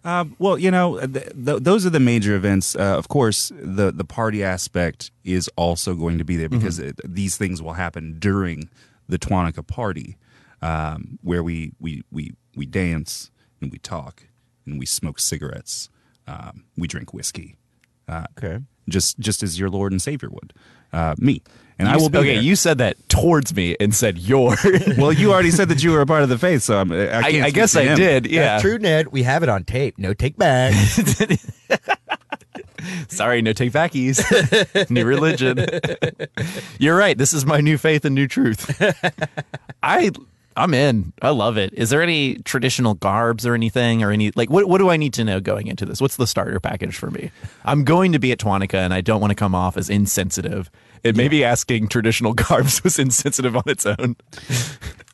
S3: Um, well, you know, th- th- those are the major events. Uh, of course, the the party aspect is also going to be
S2: Mm-hmm.
S3: there because it, these things will happen during the Tuanica party, um, where we, we we we dance and we talk and we smoke cigarettes, um, we drink whiskey,
S1: Okay.
S3: just just as your Lord and Savior would, uh, me, and I
S2: You-
S3: will be
S2: okay,
S3: there.
S2: you said that towards me and said your.
S3: well, you already said that you were a part of the faith, so I'm, I, can't
S2: I, I
S3: speak
S2: guess
S3: for
S2: I
S3: him.
S2: did. Yeah.
S1: That's true, Ned. We have it on tape. No take back.
S2: Sorry, no take backies. new religion. You're right. This is my new faith and new truth. I I'm in. I love it. Is there any traditional garbs or anything or any like what what do I need to know going into this? What's the starter package for me? I'm going to be at Tuanica and I don't want to come off as insensitive. And maybe asking traditional garbs was insensitive on its own.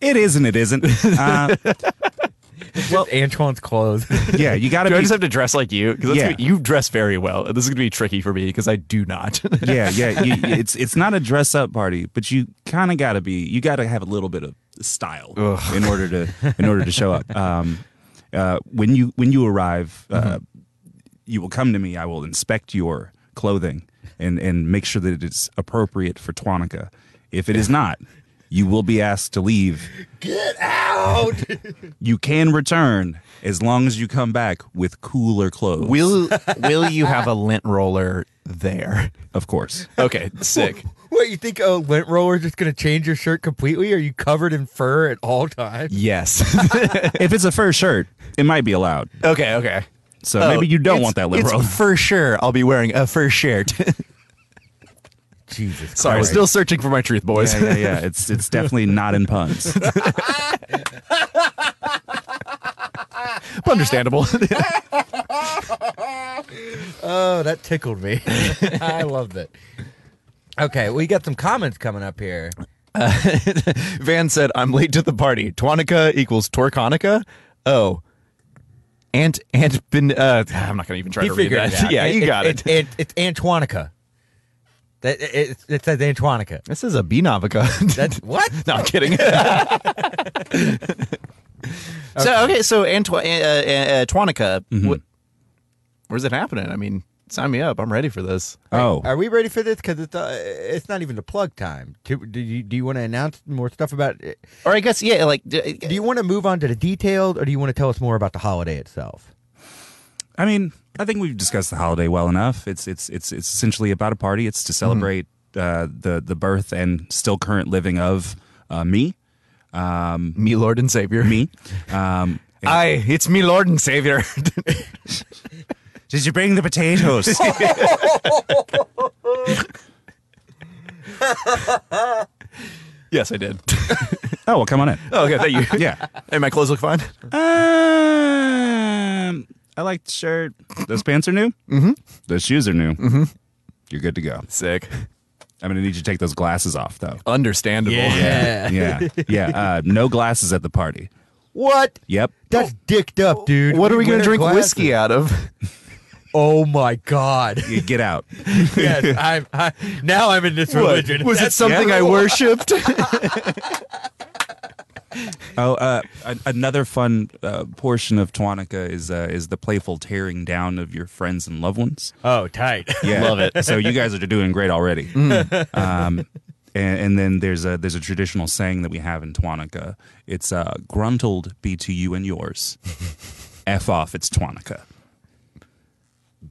S3: It is and it isn't. Uh,
S1: well, Antoine's clothes.
S3: yeah, you got to
S2: Do I
S3: be
S2: just have to dress like you? Because
S3: Yeah.
S2: you dress very well. This is going to be tricky for me because I do not.
S3: yeah, yeah. You, it's it's not a dress up party, but you kind of got to be. You got to have a little bit of style in order to in order to show up. Um, uh, when you when you arrive, uh,
S2: Mm-hmm.
S3: you will come to me. I will inspect your clothing and and make sure that it's appropriate for Tuanica. If it is not, you will be asked to leave.
S1: Get out.
S3: You can return as long as you come back with cooler clothes.
S2: will Will you have a lint roller there?
S3: of course.
S2: Okay, sick.
S1: what, you think a lint roller just going to change your shirt completely? Are you covered in fur at all times?
S2: Yes.
S3: if it's a fur shirt, it might be allowed.
S2: okay. Okay.
S3: So maybe you don't
S2: oh, It's-
S3: want that liberal.
S2: It's for sure. I'll be wearing a fur shirt.
S1: Jesus
S2: Sorry,
S1: Christ.
S2: still searching for my truth, boys.
S3: yeah, yeah, yeah. It's it's definitely not in puns.
S2: Understandable.
S1: Oh, that tickled me. I loved it. Okay, we got some comments coming up here.
S2: Van said, "I'm late to the party. Tuanica equals Torconica. Oh, and and been. Uh, I'm not gonna even try
S1: He
S2: to read
S1: figured
S2: that.
S1: it out.
S2: Yeah, you got it.
S1: it, it's Antoinica. That, it, it, it says Antoinica.
S2: This is a Binavica.
S1: That's what?
S2: No, I'm kidding. So okay, so Anto- uh, uh, uh, Tuanica, what- where's it happening? I mean, sign me up. I'm ready for this.
S3: Oh,
S1: Are we ready for this? Because it's uh, it's not even the plug time. Do, do you do you want to announce more stuff about? it?
S2: Or I guess yeah, like d- uh,
S1: Do you want to move on to the details, or do you want to tell us more about the holiday itself?
S3: I mean, I think we've discussed the holiday well enough. It's it's it's it's essentially about a party. It's to celebrate uh, the the birth and still current living of uh, me,
S2: me Lord and Savior.
S3: me. Um,
S2: I it's me Lord and Savior.
S3: Did you bring the potatoes?
S2: yes, I did.
S3: oh, well, come on in.
S2: oh, okay, thank you.
S3: Yeah.
S2: Hey, my clothes look fine.
S3: Um, I like the shirt. Those pants are new. Mm-hmm. Those shoes are new. Mm-hmm. You're good to go.
S2: Sick.
S3: I'm gonna need you to take those glasses off, though.
S2: Understandable.
S3: yeah, yeah. Uh, no glasses at the party.
S1: What?
S3: Yep.
S1: That's dicked up, dude.
S2: Oh. What are we gonna
S1: wear
S2: drink
S1: glasses.
S2: whiskey out of?
S1: Oh my god.
S3: You Get out.
S1: yes, I'm. I, now I'm in this religion.
S2: Was it
S1: That's
S2: something I
S1: terrible.
S2: worshipped?
S3: Oh, uh, a- another fun uh, portion of Tuanica is uh, is the playful tearing down of your friends and loved ones.
S1: Oh, tight.
S3: Yeah, love it. So you guys are doing great already.
S2: Mm.
S3: Um, and, and then there's a there's a traditional saying that we have in Tuanica. It's uh, "Gruntled be to you and yours." F off. It's Tuanica.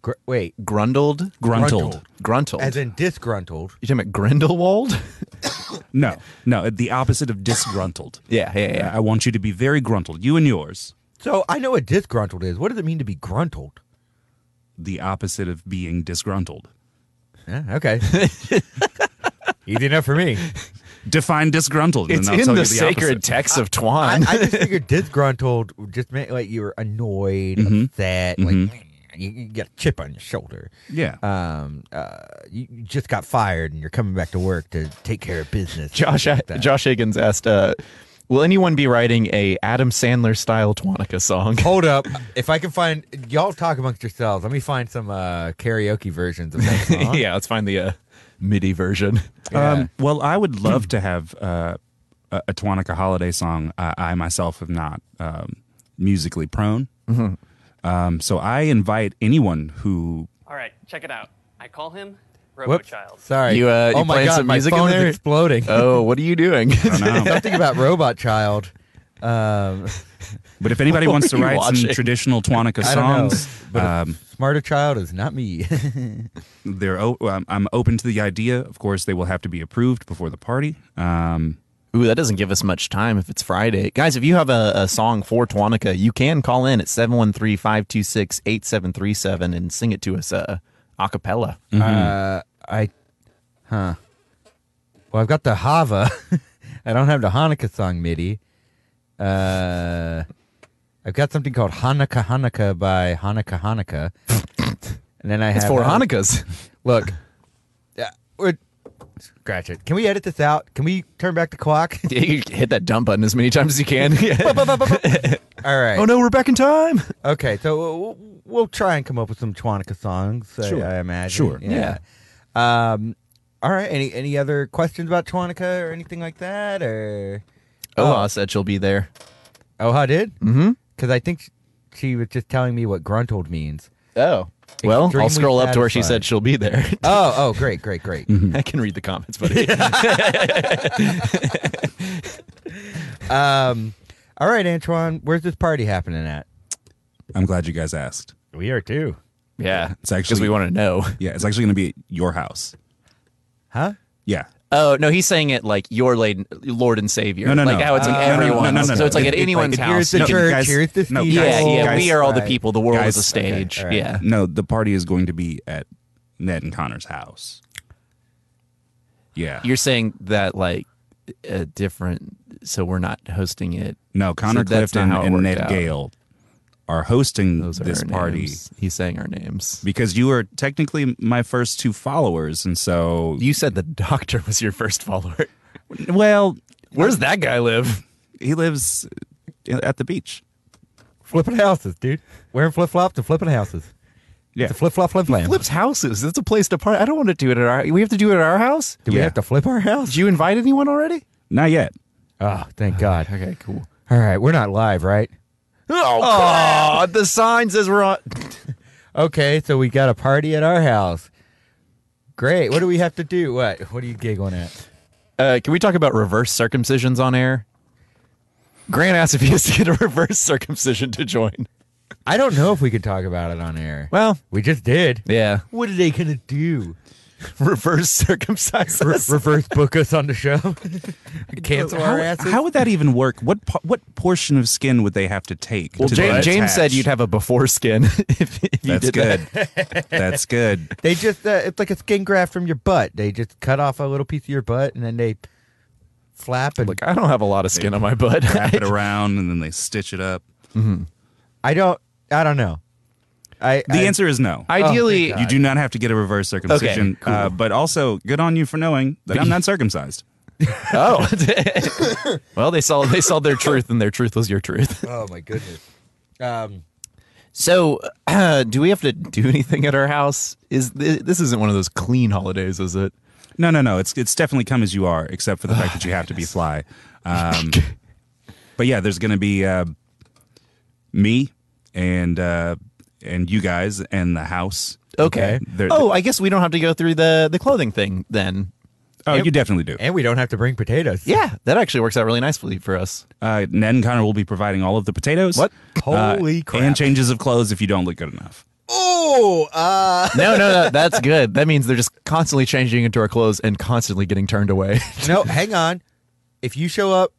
S1: Gr- wait,
S2: Grundled.
S3: Gruntled.
S2: Gruntled.
S1: as in disgruntled.
S2: you talking about Grindelwald?
S3: No, no, the opposite of disgruntled. Uh,
S2: Yeah, yeah, yeah.
S3: I want you to be very gruntled, you and yours.
S1: So I know what disgruntled is. What does it mean to be gruntled?
S3: The opposite of being disgruntled.
S1: Yeah, okay. Easy enough for me.
S3: Define disgruntled.
S2: It's
S3: and I'll
S2: in
S3: tell
S2: the,
S3: you the
S2: sacred
S3: opposite.
S2: text of
S1: I,
S2: Tuan.
S1: I just figured disgruntled just meant like you were annoyed,
S2: Mm-hmm.
S1: upset, like you, you got a chip on your shoulder.
S3: Yeah.
S1: Um, uh, you you just got fired and you're coming back to work to take care of business.
S2: Josh
S1: Like that.
S2: Josh Higgins asked, uh, Will anyone be writing a Adam Sandler style Twanica song?
S1: Hold up. If I can find y'all talk amongst yourselves, let me find some uh, karaoke versions of that song.
S2: yeah, let's find the uh, MIDI version.
S1: Yeah.
S3: Um, well, I would love to have uh, a, a Tuanica holiday song. I, I myself am not um, musically prone.
S2: Mm-hmm.
S3: Um, so I invite anyone who.
S4: All right, check it out. I call him
S1: Whoops.
S4: RoboChild.
S1: Sorry.
S2: You, uh,
S1: oh
S2: you
S1: my
S2: playing
S1: god,
S2: some
S1: my
S2: music in
S1: phone is
S2: there?
S1: exploding.
S2: Oh, what are you doing?
S3: I don't know.
S1: Something about Robot Child. Um,
S3: but if anybody
S2: What
S3: wants to
S2: were you
S3: write
S2: watching?
S3: some traditional Tuanica
S1: I don't know,
S3: songs,
S1: but
S2: uh,
S3: um,
S1: Smarter Child is not me.
S3: they're o- I'm, I'm open to the idea. Of course, they will have to be approved before the party. Um,
S2: Ooh, that doesn't give us much time if it's Friday. Guys, if you have a, a song for Tuanica, you can call in at 713 526 8737 and sing it to us uh, a cappella. Mm-hmm.
S1: Uh, I, huh? Well, I've got the Hava. I don't have the Hanukkah song MIDI. Uh, I've got something called Hanukkah Hanukkah by Hanukkah Hanukkah, and then I
S2: It's
S1: have
S2: for
S1: uh,
S2: Hanukkahs.
S1: Look, yeah, we're, scratch it. Can we edit this out? Can we turn back the clock?
S2: Yeah, you hit that dump button as many times as you can. Yeah.
S1: All right.
S2: oh no, we're back in time.
S1: Okay, so we'll, we'll try and come up with some Twanica songs. I-
S2: Sure.
S1: I, imagine.
S2: Sure.
S1: Um. All right. Any any other questions about Twanica or anything like that? Or
S2: Oh,
S1: Oh.
S2: I said she'll be there.
S1: oh, how did? Mm-hmm. Because I think sh- she was just telling me what gruntled means.
S2: Oh. Well, I'll
S1: Extremely
S2: scroll up to where she
S1: satisfied.
S2: said she'll be there.
S1: Oh. Oh. Great. Great. Great.
S2: I can read the comments, buddy.
S1: um. All right, Antoine. Where's this party happening at?
S3: I'm glad you guys asked.
S1: We are too.
S2: yeah.
S3: It's actually-
S2: because we want to know.
S3: Yeah, it's actually going to be at your house.
S1: Huh?
S3: Yeah.
S2: Oh no, he's saying it like your lady, Lord and Savior.
S3: No, no,
S2: like
S3: no.
S2: how it's like
S3: Uh, no, no, no,
S2: everyone.
S3: no, no, no.
S2: So it's like at
S3: It- it's like,
S2: anyone's
S1: here's
S2: house.
S1: the
S2: you can-
S1: church.
S3: guys-
S1: here's the
S3: no,
S1: steeple.
S2: yeah,
S3: guys-
S2: yeah. we are all the
S1: Right.
S2: people. The world
S3: Guys-
S2: is a stage.
S1: okay, all right.
S2: Yeah.
S3: No, the party is going to be at Ned and Connor's house. Yeah.
S2: You're saying that like a different. So we're not hosting it.
S3: no, Connor
S2: So that's not
S3: Clifton
S2: how it
S3: and
S2: worked
S3: Ned
S2: out.
S3: Gale are hosting
S2: Those are
S3: this
S2: our
S3: party
S2: names. He's saying our names.
S3: because you are technically my first two followers, and so
S2: You said the doctor was your first follower.
S3: well,
S2: Where's that guy live?
S3: he lives at the beach.
S1: Flipping houses, dude. Wearing flip flops and flipping houses.
S3: Yeah.
S1: It's a flip flop flip lamp.
S2: Flips houses. That's a place to party. I don't want to do it at our. We have to do it at our house.
S1: Do we
S3: Yeah.
S1: have to flip our house?
S2: Did you invite anyone already?
S3: Not yet.
S1: Oh, thank God.
S2: Uh, Okay, cool.
S1: All right, we're not live, right?
S2: Oh, God. the sign says we're on.
S1: Okay, so we got a party at our house. Great. What do we have to do? What? What are you giggling at?
S2: Uh, can we talk about reverse circumcisions on air? Grant asked if he has to get a reverse circumcision to join.
S1: I don't know if we could talk about it on air.
S2: Well,
S1: we just did.
S2: yeah,
S1: What are they gonna do?
S2: reverse circumcised.
S1: Re-
S2: us.
S1: reverse book us on the show? Cancel our
S3: How,
S1: asses?
S3: how would that even work? What po- what portion of skin would they have to take?
S2: well,
S3: to
S2: James, James
S3: attach?
S2: said you'd have a before skin if, if you
S3: That's
S2: did
S3: good.
S2: that.
S3: That's good.
S1: They just uh, it's like a skin graft from your butt. They just cut off a little piece of your butt and then they flap and
S2: Look, I don't have a lot of skin on my butt.
S3: Wrap it around and then they stitch it up.
S1: I don't I don't know. I
S3: The
S1: I-
S3: answer is no.
S2: Oh, Ideally,
S1: God.
S3: You do not have to get a reverse circumcision.
S2: Okay, cool.
S3: uh, but also, good on you for knowing that I'm not circumcised.
S2: oh, well, they saw they saw their truth, and their truth was your truth.
S1: Oh my goodness. Um
S2: So, uh, do we have to do anything at our house? Is th- this isn't one of those clean holidays, is it?
S3: No, no, no. It's it's definitely come as you are, except for the fact that you have
S2: Oh,
S3: to be fly. Um, but yeah, there's going to be uh, me and uh, and you guys and the house.
S2: Okay.
S3: They're-
S2: oh, I guess we don't have to go through the the clothing thing then.
S3: Oh, you definitely do.
S1: And we don't have to bring potatoes.
S2: Yeah, that actually works out really nicely for us.
S3: Uh, Ned and Connor will be providing all of the potatoes.
S2: What?
S3: Uh,
S1: Holy crap.
S3: And changes of clothes if you don't look good enough.
S1: Oh, uh,
S2: No, no, no, that's good. That means they're just constantly changing into our clothes and constantly getting turned away.
S1: no, hang on. If you show up,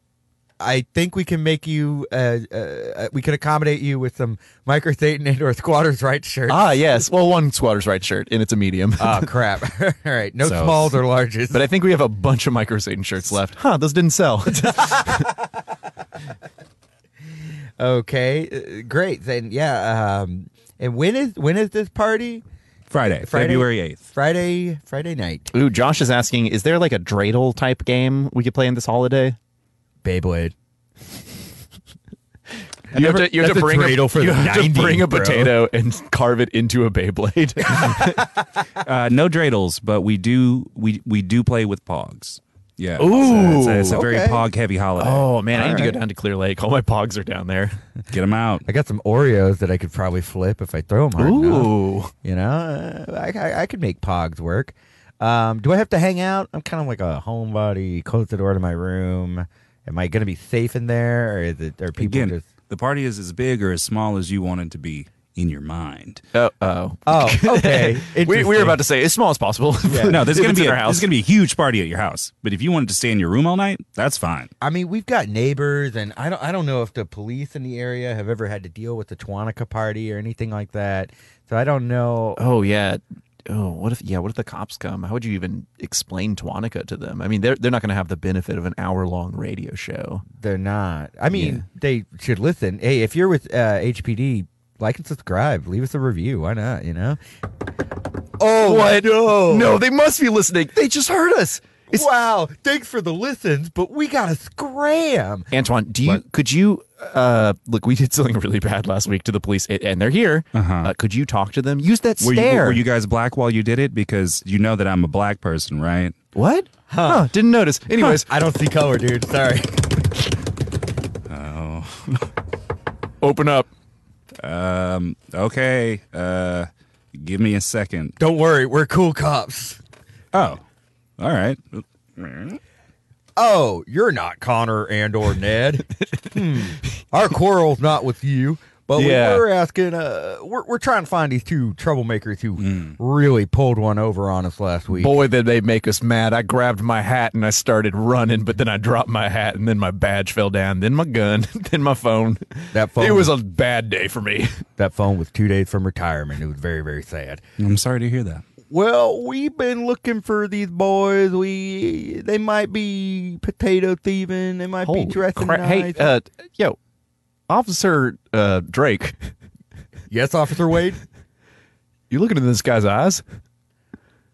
S1: I think we can make you, uh, uh, uh, we can accommodate you with some Micro Satan and or squatter's rights shirt.
S2: ah, yes. Well, one squatter's right shirt, and it's a medium.
S1: Oh, crap. All right. No
S3: So-
S1: smalls or larges.
S2: but I think we have a bunch of micro Satan shirts left. Huh? Those didn't sell.
S1: okay. Uh, great. Then, yeah. Um, and when is when is this party?
S3: Friday,
S1: Friday?
S3: February eighth.
S1: Friday, Friday night.
S2: Ooh, Josh is asking, is there like a dreidel type game we could play in this holiday?
S1: Beyblade.
S2: You have
S1: never-
S2: to you have
S1: that's
S2: to
S1: a
S2: bring a,
S1: dreidel for
S2: you
S1: the
S2: have to
S1: 90s,
S2: bring a
S1: bro.
S2: potato and carve it into a Beyblade.
S3: Uh, no dreidels, but we do we we do play with pogs. Yeah, it's a-
S2: Ooh,
S3: it's a, it's a very
S1: okay.
S3: pog heavy holiday.
S2: oh man, I need to
S1: Alright.
S2: go down to Clear Lake. All my pogs are down there.
S3: Get them out.
S1: I got some Oreos that I could probably flip if I throw them hard enough.
S2: Ooh,
S1: You know, uh, I, I, I could make Pogs work. Um, do I have to hang out? I'm kind of like a homebody. Close the door to my room. Am I going to be safe in there, or is it? Are people
S3: Again,
S1: just?
S3: the party is as big or as small as you want it to be in your mind.
S2: oh, oh.
S1: Oh, okay.
S2: we, we were about to say as small as possible.
S3: No, there's
S2: If
S3: gonna
S2: it's
S3: be
S2: in
S3: a,
S2: our house.
S3: there's gonna be a huge party at your house. But if you wanted to stay in your room all night, that's fine.
S1: I mean, we've got neighbors, and I don't. I don't know if the police in the area have ever had to deal with the Tuanica party or anything like that. So I don't know.
S2: Oh yeah. Oh, what if yeah? What if the cops come? How would you even explain Tuanica to them? I mean, they're they're not going to have the benefit of an hour long radio show.
S1: They're not. I mean, they should listen. Hey, if you're with uh, HPD, like and subscribe. Leave us a review. Why not? You know. Oh No.
S2: No, they must be listening. They just heard us. It's,
S1: wow! Thanks for the listens, but we gotta scram.
S2: Antoine, do you could you uh look? We did something really bad last week to the police, a- and they're here. Uh-huh. could you talk to them? Use that
S3: Were you,
S2: stare.
S3: were you guys black while you did it? Because you know that I'm a black person, right?
S2: what? Huh. Didn't notice. Anyways,
S1: I don't see color, dude. Sorry.
S2: open up.
S3: Um, okay. Uh, give me a second.
S1: Don't worry, we're cool cops.
S3: Oh, all right.
S1: Oh, you're not Connor and or Ned. Hmm. Our quarrel's not with you, but
S2: Yeah.
S1: we were asking. Uh, we're we're trying to find these two troublemakers who
S2: Hmm.
S1: really pulled one over on us last week.
S2: Boy, did they make us mad. I grabbed my hat and I started running, but then I dropped my hat and then my badge fell down, then my gun, then my phone.
S1: That phone-
S2: It was a bad day for me.
S1: That phone was two days from retirement. It was very very sad.
S3: I'm sorry to hear that.
S1: Well, we've been looking for these boys. We they might be potato thieving. They might be dressing
S2: crap. Hey,
S1: nice.
S2: uh, yo, Officer uh, Drake,
S1: yes, Officer Wade.
S2: you looking in this guy's eyes?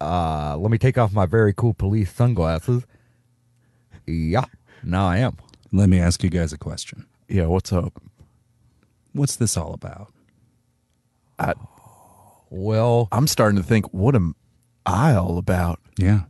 S1: Uh, let me take off my very cool police sunglasses. Yeah, now I am.
S3: Let me ask you guys a question.
S2: Yeah, what's up?
S3: What's this all about?
S1: Well,
S2: I'm starting to think, what am I all about?
S3: Yeah.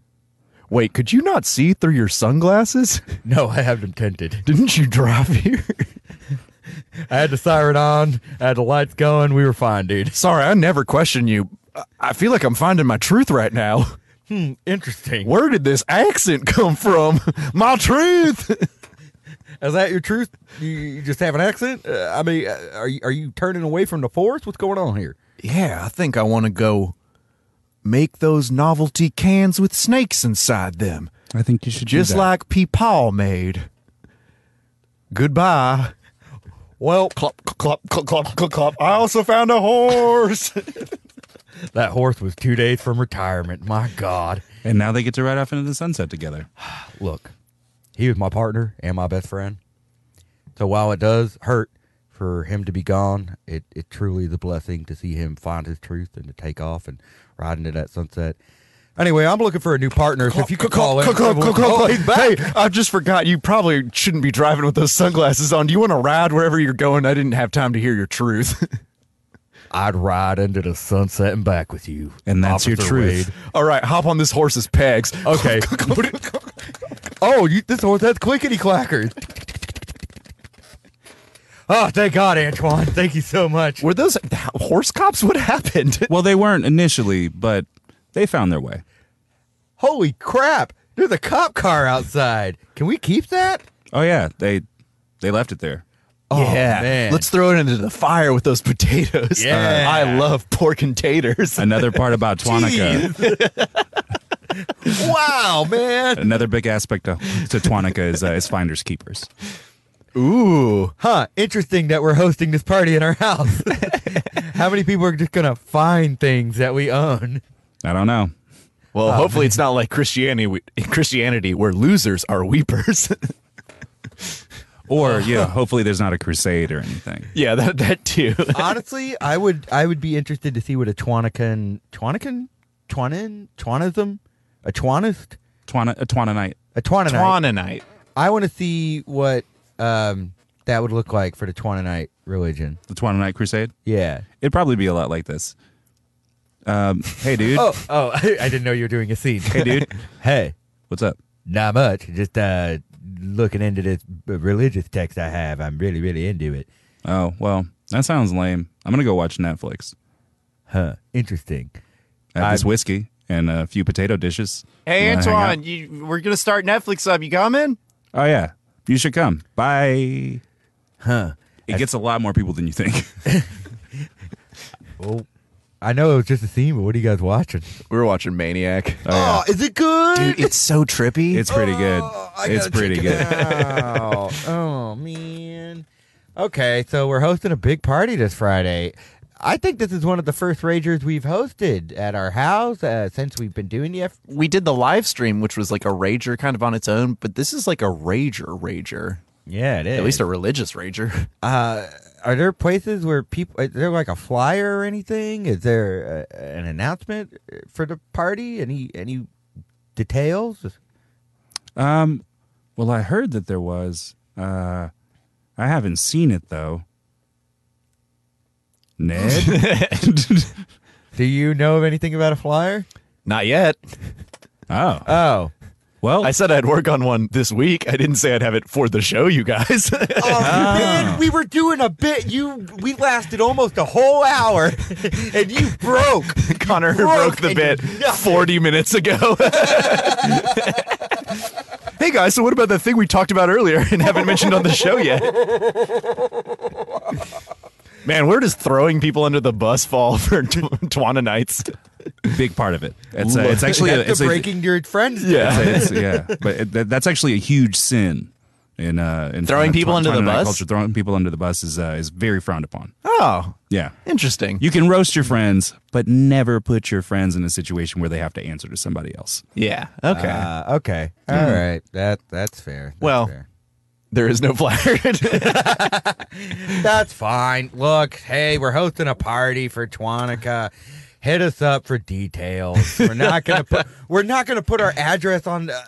S2: Wait, could you not see through your sunglasses?
S1: no, I have them tinted.
S2: Didn't you drive here?
S1: I had the siren on. I had the lights going. We were fine, dude.
S2: Sorry, I never question you. I- I feel like I'm finding my truth right now.
S1: Hmm, Interesting.
S2: Where did this accent come from? My truth.
S1: Is that your truth? You- You just have an accent? Uh, I mean, uh, are you, are you turning away from the forest? What's going on here?
S2: Yeah, I think I want to go make those novelty cans with snakes inside them,
S3: I think you should
S2: just
S3: do that.
S2: like Peepaw made. Goodbye.
S1: Well,
S2: Clop, clop, clop, clop, clop, clop. I also found a horse.
S1: that horse was two days from retirement. My God.
S3: And now they get to ride off into the sunset together.
S1: Look, he was my partner and my best friend. So while it does hurt for him to be gone, it, it truly is a blessing to see him find his truth and to take off and ride into that sunset. Anyway, I'm looking for a new partner. So if you could call in, Oh, he's back.
S2: Hey, I just forgot. You probably shouldn't be driving with those sunglasses on. Do you want to ride wherever you're going? I didn't have time to hear your truth.
S1: I'd ride into the sunset and back with you.
S3: And that's your
S1: Officer
S3: truth.
S1: Wade.
S2: All right, hop on this horse's pegs.
S1: Okay. Put it- oh, you, this horse has clickety clackers. oh, thank God, Antoine. Thank you so much.
S2: Were those horse cops? What happened?
S3: Well, they weren't initially, but they found their way.
S1: Holy crap! There's a cop car outside. Can we keep that?
S3: Oh yeah, they they left it there.
S1: Oh, man.
S2: Let's throw it into the fire with those potatoes.
S1: Yeah.
S2: Uh, I love pork and taters.
S3: Another part about Tuanica.
S1: wow, man.
S3: Another big aspect to, to Tuanica is uh, is finders keepers.
S2: Ooh.
S1: Huh? Interesting that we're hosting this party in our house. How many people are just gonna find things that we own?
S3: I don't know.
S2: Well, hopefully it's not like Christianity we- Christianity where losers are weepers.
S3: Or yeah, hopefully there's not a crusade or anything.
S2: yeah, that that too.
S1: Honestly, I would I would be interested to see what a Twanican Twanican Twanin Twanism a Twanist
S3: Tuana a Tuana night.
S1: a Twananite.
S2: Tuananite.
S1: I want to see what um, that would look like for the Twananite religion.
S3: The Twana Night Crusade.
S1: Yeah.
S3: It'd probably be a lot like this. Um, hey, dude.
S1: Oh, oh, I didn't know you were doing a scene.
S3: Hey, dude.
S1: hey,
S3: What's up?
S1: not much. Just uh, looking into this religious text I have. I'm really, really into it.
S3: Oh, well, that sounds lame. I'm going to go watch Netflix.
S1: Huh. Interesting.
S3: I have this
S1: I'm-
S3: whiskey and a few potato dishes.
S2: Hey,
S3: I'm gonna hang
S2: Antoine, you, we're going to start Netflix up. You coming?
S3: out. Oh, yeah. You should come. Bye.
S1: Huh.
S3: It gets a lot more people than you think.
S1: Well, I know it was just a scene, but what are you guys watching?
S5: We were watching Maniac.
S1: Oh, is it good?
S2: Dude, it's so trippy.
S3: It's pretty good. it's pretty good.
S1: oh, oh man. Okay, so we're hosting a big party this Friday. I think this is one of the first Ragers we've hosted at our house uh, since we've been doing the. F-
S2: we did the live stream, which was like a rager kind of on its own, but this is like a rager rager.
S1: yeah, it is.
S2: At least a religious rager.
S1: uh, are there places where people? Is there like a flyer or anything? Is there uh an announcement uh, for the party? Any any details?
S3: Um, well, I heard that there was. Uh, I haven't seen it though. Ned,
S1: Do you know of anything about a flyer?
S2: Not yet.
S3: oh
S1: Oh,
S3: well,
S2: I said I'd work on one this week. I didn't say I'd have it for the show, you guys.
S1: Oh, man, we were doing a bit. You, we lasted almost a whole hour, and you broke.
S2: Connor
S1: broke
S2: broke, the
S1: and
S2: bit
S1: you nothing.
S2: 40 minutes ago. hey guys, so what about that thing we talked about earlier and haven't mentioned on the show yet? Man, we're just throwing people under the bus fall for tw- Twana nights.
S3: big part of it. It's, uh, it's actually a,
S1: That's
S3: it's
S1: the
S3: a-
S1: breaking your friends.
S2: Yeah.
S3: it's- yeah, but it, that, that's actually a huge sin. In, uh, in
S2: Throwing
S3: in
S2: people under the
S3: Twana night
S2: bus?
S3: culture, throwing people under the bus is uh, is very frowned upon.
S2: Oh,
S3: Yeah,
S2: interesting.
S3: you can roast your friends, but never put your friends in a situation where they have to answer to somebody else.
S2: Yeah. Okay.
S1: Uh, okay. All right. That that's fair. That's
S2: Well-
S1: fair.
S2: there is no flyer.
S1: that's fine. Look, hey, we're hosting a party for Twanica. Hit us up for details. We're not gonna put. We're not gonna put our address on. Uh,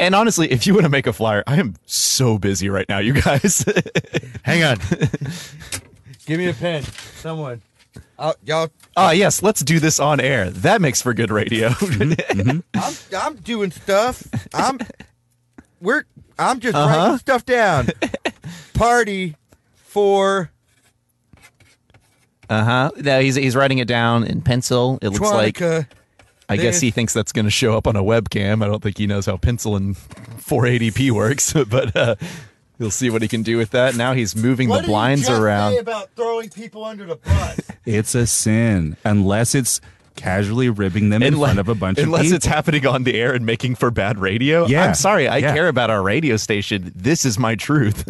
S2: and honestly, if you want to make a flyer, I am so busy right now, you guys.
S1: hang on. Give me a pen, someone. Oh, y'all.
S2: Ah, yes, let's do this on air. That makes for good radio.
S1: I'm I'm doing stuff. I'm we're I'm just
S2: Uh-huh.
S1: writing stuff down. Party for
S2: Uh huh. No, he's he's writing it down in pencil. It looks like
S1: Twanica.
S2: I guess
S1: there's-
S2: he thinks that's going to show up on a webcam. I don't think he knows how pencil and 480p works, but uh, he'll see what he can do with that. Now he's moving
S1: What did
S2: the
S1: you
S2: blinds
S1: just
S2: around.
S1: Say about throwing people under the bus.
S3: It's a sin unless it's casually ribbing them in
S2: Unless-
S3: front of a bunch of
S2: unless
S3: people.
S2: it's happening on the air and making for bad radio.
S3: Yeah.
S2: I'm sorry, I
S3: Yeah.
S2: care about our radio station. This is my truth.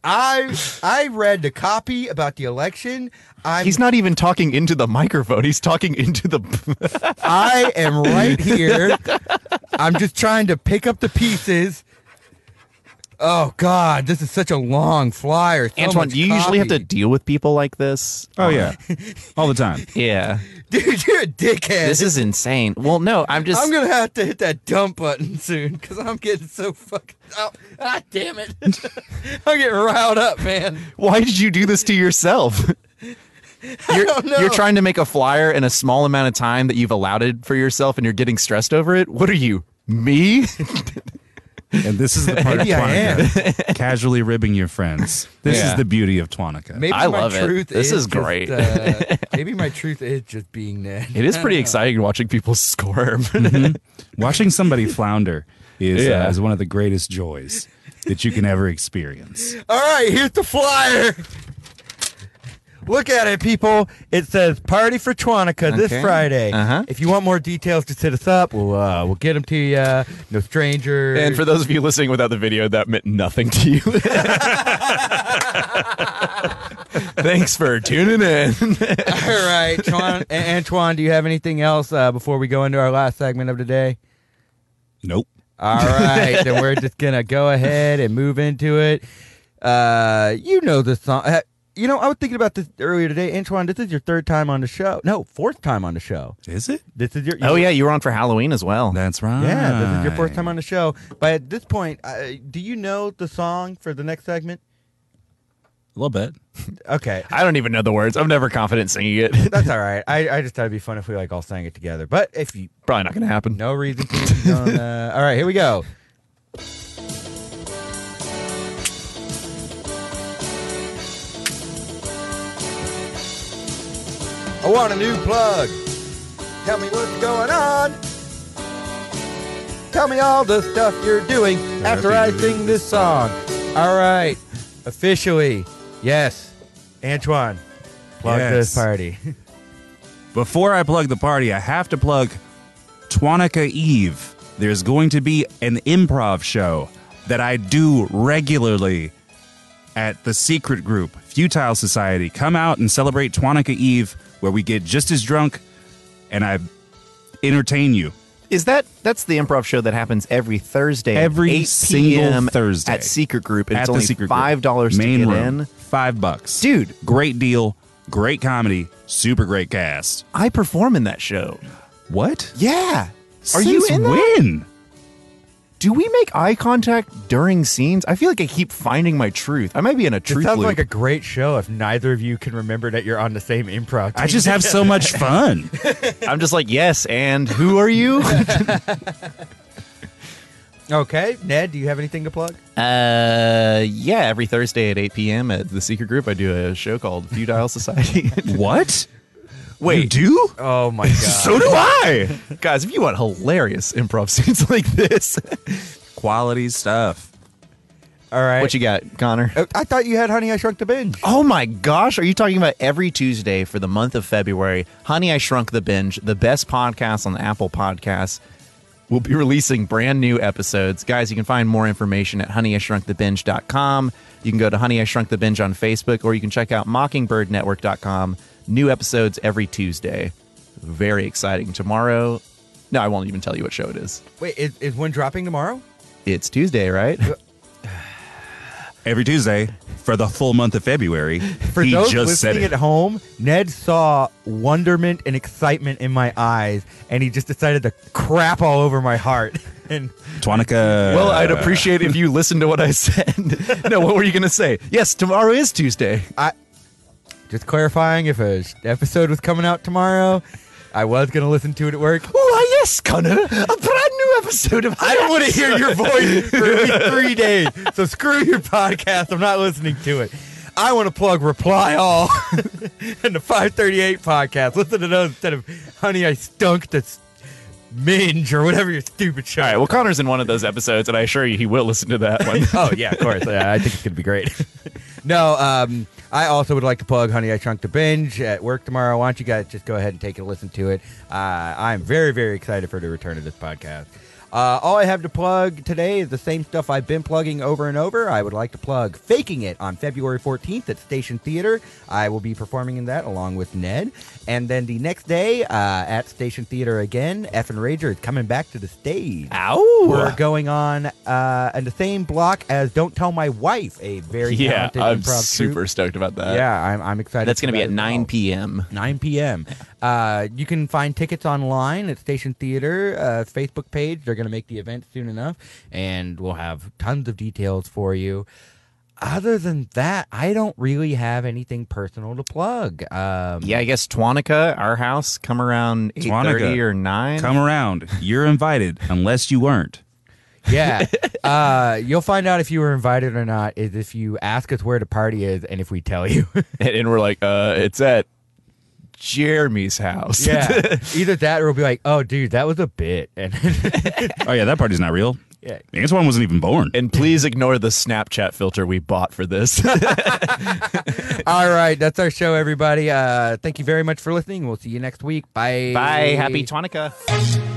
S1: I I read the copy about the election. I'm
S2: he's not even talking into the microphone. He's talking into
S1: Oh,
S2: the.
S1: I am right here. I'm just trying to pick up the pieces. Oh God, this is such a long flyer. So
S2: Antoine,
S1: much
S2: do you usually have to
S1: copy.
S2: deal with people like this?
S3: oh yeah, all the time.
S2: Yeah.
S1: dude. You're a dickhead.
S2: This is insane. Well, no, I'm just.
S1: I'm gonna have to hit that dump button soon because I'm getting so fucking. Oh, ah, damn it! I'm getting riled up, man.
S2: Why did you do this to yourself? You're,
S1: don't know.
S2: you're trying to make a flyer in a small amount of time that you've allotted for yourself and you're getting stressed over it. What are you? Me?
S3: And this is the part
S1: Maybe
S3: of
S1: I am.
S3: Twanica. Casually ribbing your friends. This
S2: Yeah.
S3: is the beauty of Twanica.
S1: Maybe
S2: I
S1: my
S2: love it.
S1: truth
S2: This
S1: is
S2: is
S1: just,
S2: great.
S1: uh, maybe my truth is just being there.
S2: It is pretty exciting watching people squirm.
S3: Watching somebody flounder is,
S2: Yeah.
S3: uh, is one of the greatest joys that you can ever experience.
S1: All right, here's the flyer. Look at it, people. It says "Party for Twanica" this
S2: Okay.
S1: Friday.
S2: Uh-huh.
S1: If you want more details, just hit us up. We'll uh, we'll get them to you. No stranger.
S2: and for those of you listening without the video, that meant nothing to you. Thanks for tuning in.
S1: All right, Twan, A- Antoine, do you have anything else uh, before we go into our last segment of the day?
S3: Nope.
S1: All right, then we're just gonna go ahead and move into it. Uh, you know the song. uh, you know, I was thinking about this earlier today, Antoine. This is your third time on the show. No, fourth time on the show.
S3: Is it?
S1: This is your.
S2: Oh yeah, you were on for Halloween as well.
S3: That's right.
S1: Yeah, this is your first time on the show. But at this point, uh, do you know the song for the next segment?
S3: A little bit.
S1: Okay,
S2: I don't even know the words. I'm never confident singing it.
S1: that's all right. I, I just thought it'd be fun if we like all sang it together. But if you
S2: Probably not going to happen.
S1: no reason to, if you don't, uh, all right, here we go. I want a new plug. Tell me what's going on. Tell me all the stuff you're doing after I sing this song. All right, officially, yes, Antoine, plug this
S3: Yes.
S1: party.
S3: Before I plug the party, I have to plug Twanica Eve. There's going to be an improv show that I do regularly at the secret group, Futile Society. Come out and celebrate Twanica Eve, where we get just as drunk and I entertain you.
S2: Is that that's the improv show that happens every Thursday? at
S3: Every
S2: 8
S3: single
S2: p.m.
S3: Thursday.
S2: at Secret Group. And
S3: at
S2: it's
S3: the
S2: only
S3: secret Group.
S2: five dollars to
S3: Main
S2: get
S3: room,
S2: in.
S3: Five bucks.
S2: Dude.
S3: Great deal, great comedy, super great cast.
S2: I perform in that show.
S3: What?
S2: Yeah. Are you in that?
S3: when?
S2: Do we make eye contact during scenes? I feel like I keep finding my truth. I might be in a
S1: It
S2: truth
S1: sounds
S2: loop.
S1: like a great show if neither of you can remember that you're on the same improv.
S3: I just have so much fun.
S2: I'm just like, yes, and who are you?
S1: Okay, Ned, do you have anything to plug?
S2: uh, yeah, every Thursday at 8 p.m. at the Secret Group, I do a show called Feudal Society.
S3: What?
S2: Wait,
S3: You do?
S1: Oh my god.
S2: so do I. Guys, if you want hilarious improv scenes like this,
S3: Quality stuff.
S1: All right.
S2: what you got, Connor?
S1: Uh, I thought you had Honey I Shrunk the Binge.
S2: Oh my gosh, are you talking about every Tuesday for the month of February? Honey, I Shrunk the Binge, the best podcast on the Apple Podcasts. We'll be releasing brand new episodes. Guys, you can find more information at honeyishrunkthebinge.com. You can go to Honey I Shrunk the Binge on Facebook, or you can check out mockingbirdnetwork.com. New episodes every Tuesday. Very exciting. Tomorrow, no, I won't even tell you what show it is.
S1: Wait, is, is one dropping tomorrow?
S2: It's Tuesday, right?
S3: Every Tuesday for the full month of February.
S1: For
S3: he
S1: those
S3: just said
S1: listening
S3: it.
S1: at home, Ned saw wonderment and excitement in my eyes, and he just decided to crap all over my heart. And
S3: Twanica.
S2: Well, I'd appreciate if you listened to what I said. no, what were you going to say? Yes, tomorrow is Tuesday.
S1: just clarifying, if a sh- episode was coming out tomorrow, I was gonna listen to it at work.
S2: Why, Oh, ah, yes, Connor. A brand new episode of
S1: I don't want to hear your voice for at least three days. So screw your podcast. I'm not listening to it. I want to plug Reply All and the 538 podcast. Listen to those instead of Honey, I Stunk to Minge or whatever your stupid show.
S2: All right, well, Connor's in one of those episodes, and I assure you he will listen to that one.
S1: oh yeah, of course. Yeah, I think it's gonna be great. no, um, I also would like to plug "Honey I Shrunk the Binge" at work tomorrow. Why don't you guys just go ahead and take a listen to it? Uh, I'm very, very excited for the return of this podcast. Uh, all I have to plug today is the same stuff I've been plugging over and over. I would like to plug Faking It on February 14th at Station Theater. I will be performing in that along with Ned. And then the next day uh, at Station Theater again, F and Rager is coming back to the stage were
S2: Ow.
S1: going on uh, in the same block as "Don't Tell My Wife," a very
S2: Yeah,
S1: talented
S2: I'm
S1: improv
S2: super
S1: troupe.
S2: stoked about that.
S1: Yeah, I'm, I'm excited.
S2: That's going
S1: for
S2: to be
S1: that
S2: at
S1: as
S2: 9
S1: well.
S2: p.m.
S1: 9 p.m. Uh, you can find tickets online at Station Theater uh, Facebook page. They're going to make the event soon enough, and we'll have tons of details for you. Other than that, I don't really have anything personal to plug. Um,
S2: Yeah, I guess Twanica, our house, come around 8.30
S3: Twanica.
S2: or 9.
S3: uh, Come around. You're invited, unless you weren't.
S1: Yeah. Uh, you'll find out if you were invited or not is if you ask us where the party is and if we tell you.
S2: And, and we're like, uh, it's at Jeremy's house.
S1: Yeah. Either that or we'll be like, oh, dude, that was a bit. And
S3: Oh, yeah, that party's not real.
S1: Yeah.
S3: Antoine wasn't even born.
S2: and please ignore the Snapchat filter we bought for this.
S1: all right, that's our show, everybody. Uh, thank you very much for listening. We'll see you next week. Bye.
S2: Bye. Happy Twanica.